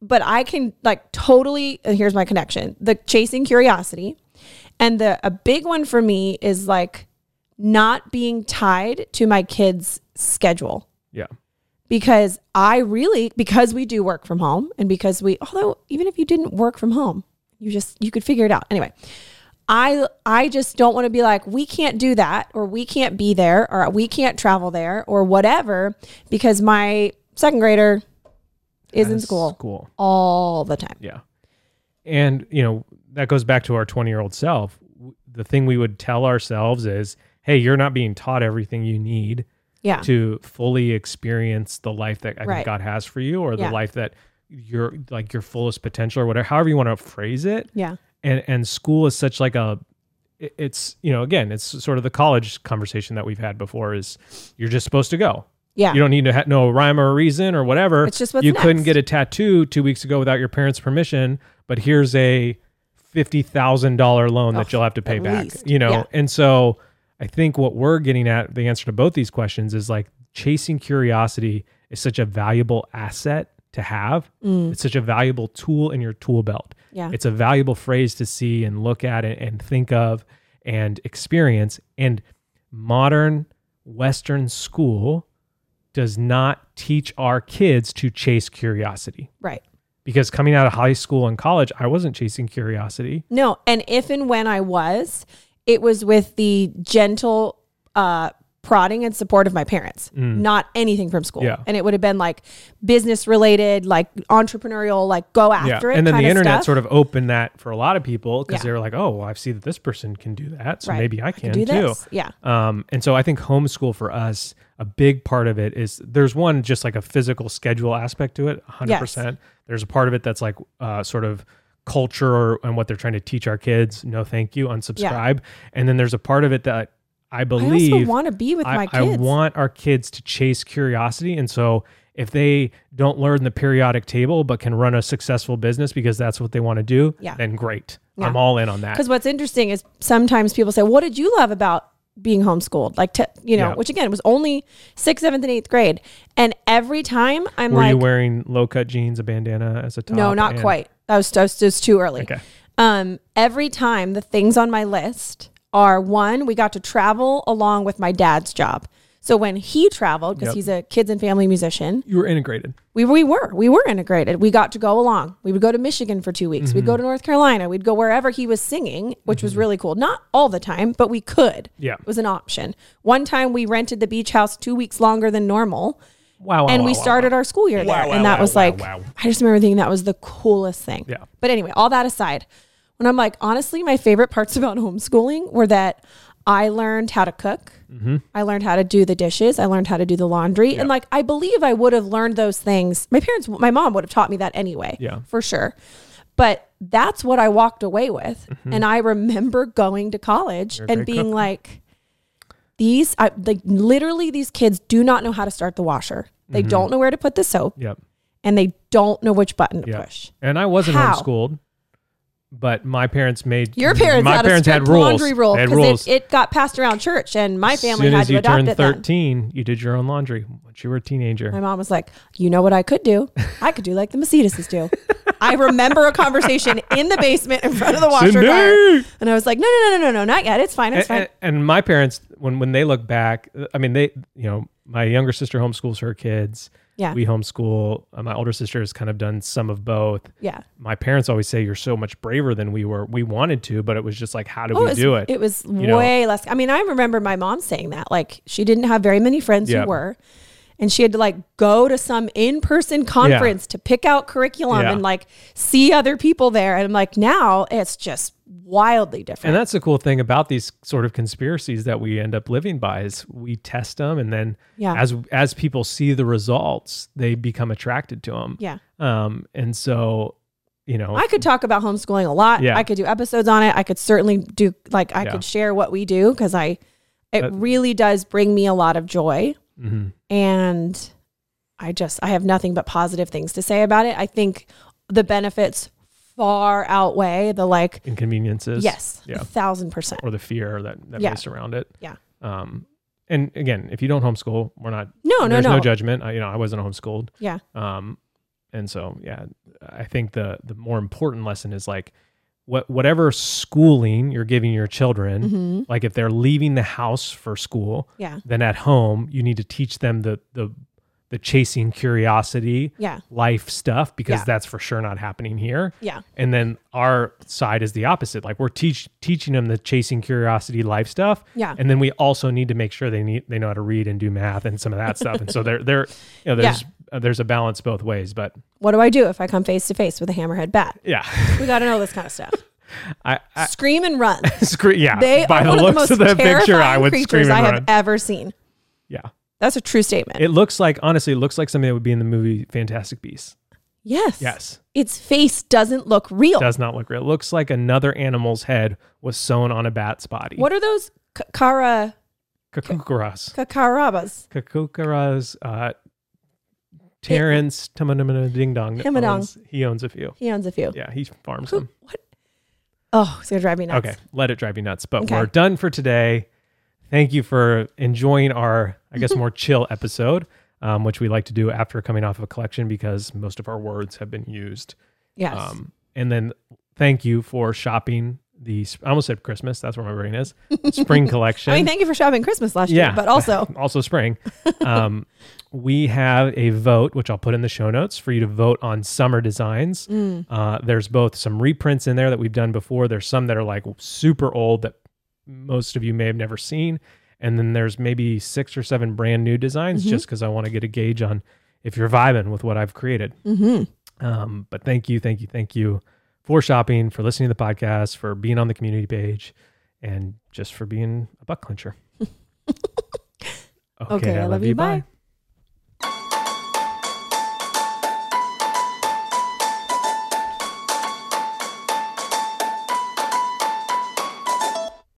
Speaker 2: But I can like totally. And here's my connection: the chasing curiosity, and the a big one for me is like not being tied to my kids' schedule.
Speaker 1: yeah.
Speaker 2: because I really because we do work from home and because we although even if you didn't work from home, you just you could figure it out. Anyway, I I just don't want to be like we can't do that or we can't be there or we can't travel there or whatever because my second grader is in
Speaker 1: That's
Speaker 2: school
Speaker 1: Cool.
Speaker 2: all the time.
Speaker 1: Yeah. And, you know, that goes back to our 20 year old self. W- The thing we would tell ourselves is, hey, you're not being taught everything you need
Speaker 2: Yeah.
Speaker 1: to fully experience the life that I think
Speaker 2: Right.
Speaker 1: God has for you or the
Speaker 2: Yeah.
Speaker 1: life that your like your fullest potential or whatever, however you want to phrase it.
Speaker 2: Yeah.
Speaker 1: And, and school is such like a, it- it's, you know, again, it's sort of the college conversation that we've had before is you're just supposed to go.
Speaker 2: Yeah.
Speaker 1: You don't need to ha- know a rhyme or a reason or whatever.
Speaker 2: It's just what's
Speaker 1: you couldn't
Speaker 2: next.
Speaker 1: get a tattoo two weeks ago without your parents' permission, but here's a fifty thousand dollar loan that you'll have to pay
Speaker 2: Oh, at
Speaker 1: back.
Speaker 2: least.
Speaker 1: You know,
Speaker 2: Yeah.
Speaker 1: and so I think what we're getting at the answer to both these questions is like chasing curiosity is such a valuable asset to have.
Speaker 2: Mm.
Speaker 1: It's such a valuable tool in your tool belt.
Speaker 2: Yeah.
Speaker 1: It's a valuable phrase to see and look at and, and think of and experience. And modern Western school does not teach our kids to chase curiosity.
Speaker 2: right.
Speaker 1: Because coming out of high school and college, I wasn't chasing curiosity.
Speaker 2: No, and if and when I was, it was with the gentle uh, prodding and support of my parents, not anything from school.
Speaker 1: Mm. Yeah.
Speaker 2: And it would have been like business related, like entrepreneurial, like go after it.
Speaker 1: And then
Speaker 2: kind
Speaker 1: the
Speaker 2: of
Speaker 1: internet
Speaker 2: stuff.
Speaker 1: sort of opened that for a lot of people because
Speaker 2: Yeah.
Speaker 1: they were like, oh, well, I've seen that this person can do that. So
Speaker 2: Right.
Speaker 1: maybe I
Speaker 2: can
Speaker 1: can,
Speaker 2: do
Speaker 1: too.
Speaker 2: this. Yeah.
Speaker 1: Um, and so I think homeschool for us, a big part of it is there's one just like a physical schedule aspect to it, 100%. There's a part of it that's like uh, sort of culture or, and what they're trying to teach our kids. No, thank you, unsubscribe. And then there's a part of it that I
Speaker 2: I also
Speaker 1: believe
Speaker 2: want to be with my
Speaker 1: I, I
Speaker 2: kids.
Speaker 1: want our kids to chase curiosity. And so if they don't learn the periodic table but can run a successful business because that's what they want to do,
Speaker 2: Yeah.
Speaker 1: then great.
Speaker 2: Yeah.
Speaker 1: I'm all in on that.
Speaker 2: Because what's interesting is sometimes people say, "What did you love about being homeschooled?" Like, t- you know,
Speaker 1: Yeah.
Speaker 2: which again was only sixth, seventh, and eighth grade. And every time I'm
Speaker 1: Were
Speaker 2: like,
Speaker 1: you wearing low cut jeans, a bandana as a top?
Speaker 2: No, not
Speaker 1: and-
Speaker 2: quite. That was, that was just too early.
Speaker 1: Okay.
Speaker 2: Um, every time the things on my list are one, we got to travel along with my dad's job. So when he traveled, because
Speaker 1: Yep.
Speaker 2: he's a kids and family musician,
Speaker 1: You were integrated.
Speaker 2: we, we were we were integrated. We got to go along. We would go to Michigan for two weeks. We'd go to North Carolina. We'd go wherever he was singing, which was really cool. Not all the time, but we could.
Speaker 1: Yeah.
Speaker 2: it was an option. One time we rented the beach house two weeks longer than normal
Speaker 1: Wow. wow,
Speaker 2: and
Speaker 1: wow,
Speaker 2: we
Speaker 1: wow,
Speaker 2: started our school year there.
Speaker 1: Wow,
Speaker 2: and
Speaker 1: wow,
Speaker 2: that
Speaker 1: wow,
Speaker 2: was
Speaker 1: wow,
Speaker 2: like,
Speaker 1: wow.
Speaker 2: I just remember thinking that was the coolest thing.
Speaker 1: Yeah.
Speaker 2: But anyway, all that aside, when I'm like, honestly, my favorite parts about homeschooling were that I learned how to cook.
Speaker 1: Mm-hmm.
Speaker 2: I learned how to do the dishes. I learned how to do the laundry. And like, I believe I would have learned those things. My parents, my mom would have taught me that anyway.
Speaker 1: Yeah.
Speaker 2: For sure. But that's what I walked away with.
Speaker 1: Mm-hmm.
Speaker 2: And I remember going to college
Speaker 1: a
Speaker 2: and
Speaker 1: great
Speaker 2: being
Speaker 1: cook.
Speaker 2: like, these I, like literally these kids do not know how to start the washer they
Speaker 1: Mm-hmm.
Speaker 2: don't know where to put the soap
Speaker 1: Yep.
Speaker 2: and they don't know which button to
Speaker 1: Yep.
Speaker 2: push
Speaker 1: And I wasn't
Speaker 2: How?
Speaker 1: homeschooled, but my parents made
Speaker 2: your parents
Speaker 1: My
Speaker 2: had
Speaker 1: parents
Speaker 2: a
Speaker 1: had
Speaker 2: strict
Speaker 1: rules.
Speaker 2: laundry rule
Speaker 1: They had
Speaker 2: because
Speaker 1: rules.
Speaker 2: it, it got passed around church and my
Speaker 1: as
Speaker 2: family
Speaker 1: soon
Speaker 2: had
Speaker 1: as
Speaker 2: to
Speaker 1: you
Speaker 2: adopt
Speaker 1: turned
Speaker 2: it then.
Speaker 1: 13, you did your own laundry once you were a teenager.
Speaker 2: my mom was like you know what i could do i could do like the Mercedeses do i remember a conversation in the basement in front of the washer dryer
Speaker 1: Cindy!
Speaker 2: and i was like no no no no no no not yet it's fine
Speaker 1: and,
Speaker 2: it's fine
Speaker 1: and, and my parents, when when they look back, I mean, they, you know, my younger sister homeschools her kids.
Speaker 2: Yeah.
Speaker 1: We homeschool. Uh, my older sister has kind of done some of both.
Speaker 2: yeah
Speaker 1: My parents always say you're so much braver than we were. We wanted to, but it was just like, how do we
Speaker 2: Oh, was,
Speaker 1: do it?
Speaker 2: was
Speaker 1: know?
Speaker 2: way less. I mean, I remember my mom saying that. Like, she didn't have very many friends
Speaker 1: Yeah.
Speaker 2: who were, and she had to like go to some in person conference to pick out curriculum
Speaker 1: Yeah.
Speaker 2: and like see other people there. And I'm like, now it's just wildly different.
Speaker 1: And that's the cool thing about these sort of conspiracies that we end up living by is we test them, and then
Speaker 2: Yeah.
Speaker 1: as as people see the results, they become attracted to them.
Speaker 2: yeah.
Speaker 1: Um, and so, you know,
Speaker 2: I could talk about homeschooling a lot.
Speaker 1: Yeah.
Speaker 2: I could do episodes on it. I could certainly do like I
Speaker 1: Yeah.
Speaker 2: could share what we do because I it
Speaker 1: That-
Speaker 2: really does bring me a lot of joy.
Speaker 1: mhm.
Speaker 2: and I just I have nothing but positive things to say about it. I think the benefits far outweigh the like.
Speaker 1: inconveniences.
Speaker 2: Yes,
Speaker 1: Yeah.
Speaker 2: a thousand percent.
Speaker 1: Or the fear that that
Speaker 2: Yeah.
Speaker 1: may surround it.
Speaker 2: Yeah.
Speaker 1: Um, and again, if you don't homeschool, we're not.
Speaker 2: No, no,
Speaker 1: there's no,
Speaker 2: no.
Speaker 1: judgment. I, you know, I wasn't homeschooled.
Speaker 2: Yeah.
Speaker 1: Um, and so yeah, I think the the more important lesson is like, what whatever schooling you're giving your children,
Speaker 2: Mm-hmm.
Speaker 1: like if they're leaving the house for school,
Speaker 2: Yeah.
Speaker 1: then at home you need to teach them the the the chasing curiosity,
Speaker 2: Yeah.
Speaker 1: life stuff because
Speaker 2: Yeah.
Speaker 1: that's for sure not happening here.
Speaker 2: Yeah.
Speaker 1: And then our side is the opposite. Like we're teach teaching them the chasing curiosity life stuff.
Speaker 2: Yeah.
Speaker 1: And then we also need to make sure they need they know how to read and do math and some of that stuff. And so there there you know there's uh, there's a balance both ways, but
Speaker 2: What do I do if I come face to face with a hammerhead bat?
Speaker 1: yeah.
Speaker 2: We got to know this kind of stuff.
Speaker 1: I, I
Speaker 2: Scream and run.
Speaker 1: scre- yeah.
Speaker 2: They
Speaker 1: By
Speaker 2: are
Speaker 1: the
Speaker 2: one
Speaker 1: looks of
Speaker 2: of the most
Speaker 1: the picture I
Speaker 2: terrifying
Speaker 1: would
Speaker 2: creatures
Speaker 1: scream
Speaker 2: I
Speaker 1: and
Speaker 2: have
Speaker 1: run.
Speaker 2: ever seen.
Speaker 1: Yeah.
Speaker 2: That's a true statement.
Speaker 1: It looks like honestly it looks like something that would be in the movie Fantastic Beasts.
Speaker 2: yes.
Speaker 1: Yes.
Speaker 2: Its face doesn't look real.
Speaker 1: Does not look real. It looks like another animal's head was sewn on a bat's body.
Speaker 2: What are those k- kara
Speaker 1: Kakukaras.
Speaker 2: kakarabas?
Speaker 1: Kakukaras, uh, Terrence, Tamanamana Ding Dong.
Speaker 2: Him and Dong.
Speaker 1: owns- He owns a few.
Speaker 2: He owns a few.
Speaker 1: Yeah, he farms
Speaker 2: Who-
Speaker 1: them.
Speaker 2: what? Oh, it's gonna drive me nuts.
Speaker 1: Okay, let it drive you nuts. But
Speaker 2: Okay.
Speaker 1: we're done for today. Thank you for enjoying our, I guess, more chill episode, um, which we like to do after coming off of a collection because most of our words have been used.
Speaker 2: Yes.
Speaker 1: Um, and then thank you for shopping the, sp- I almost said Christmas. That's where my brain is. Spring collection.
Speaker 2: I mean, thank you for shopping Christmas last year, but also
Speaker 1: also spring. Um, we have a vote, which I'll put in the show notes for you to vote on summer designs.
Speaker 2: Mm.
Speaker 1: Uh, there's both some reprints in there that we've done before. There's some that are like super old that most of you may have never seen, and then there's maybe six or seven brand new designs,
Speaker 2: Mm-hmm.
Speaker 1: just because I want to get a gauge on if you're vibing with what I've created.
Speaker 2: mm-hmm.
Speaker 1: Um, but thank you, thank you, thank you for shopping, for listening to the podcast, for being on the community page, and just for being a butt clincher.
Speaker 2: Okay, I love you, bye.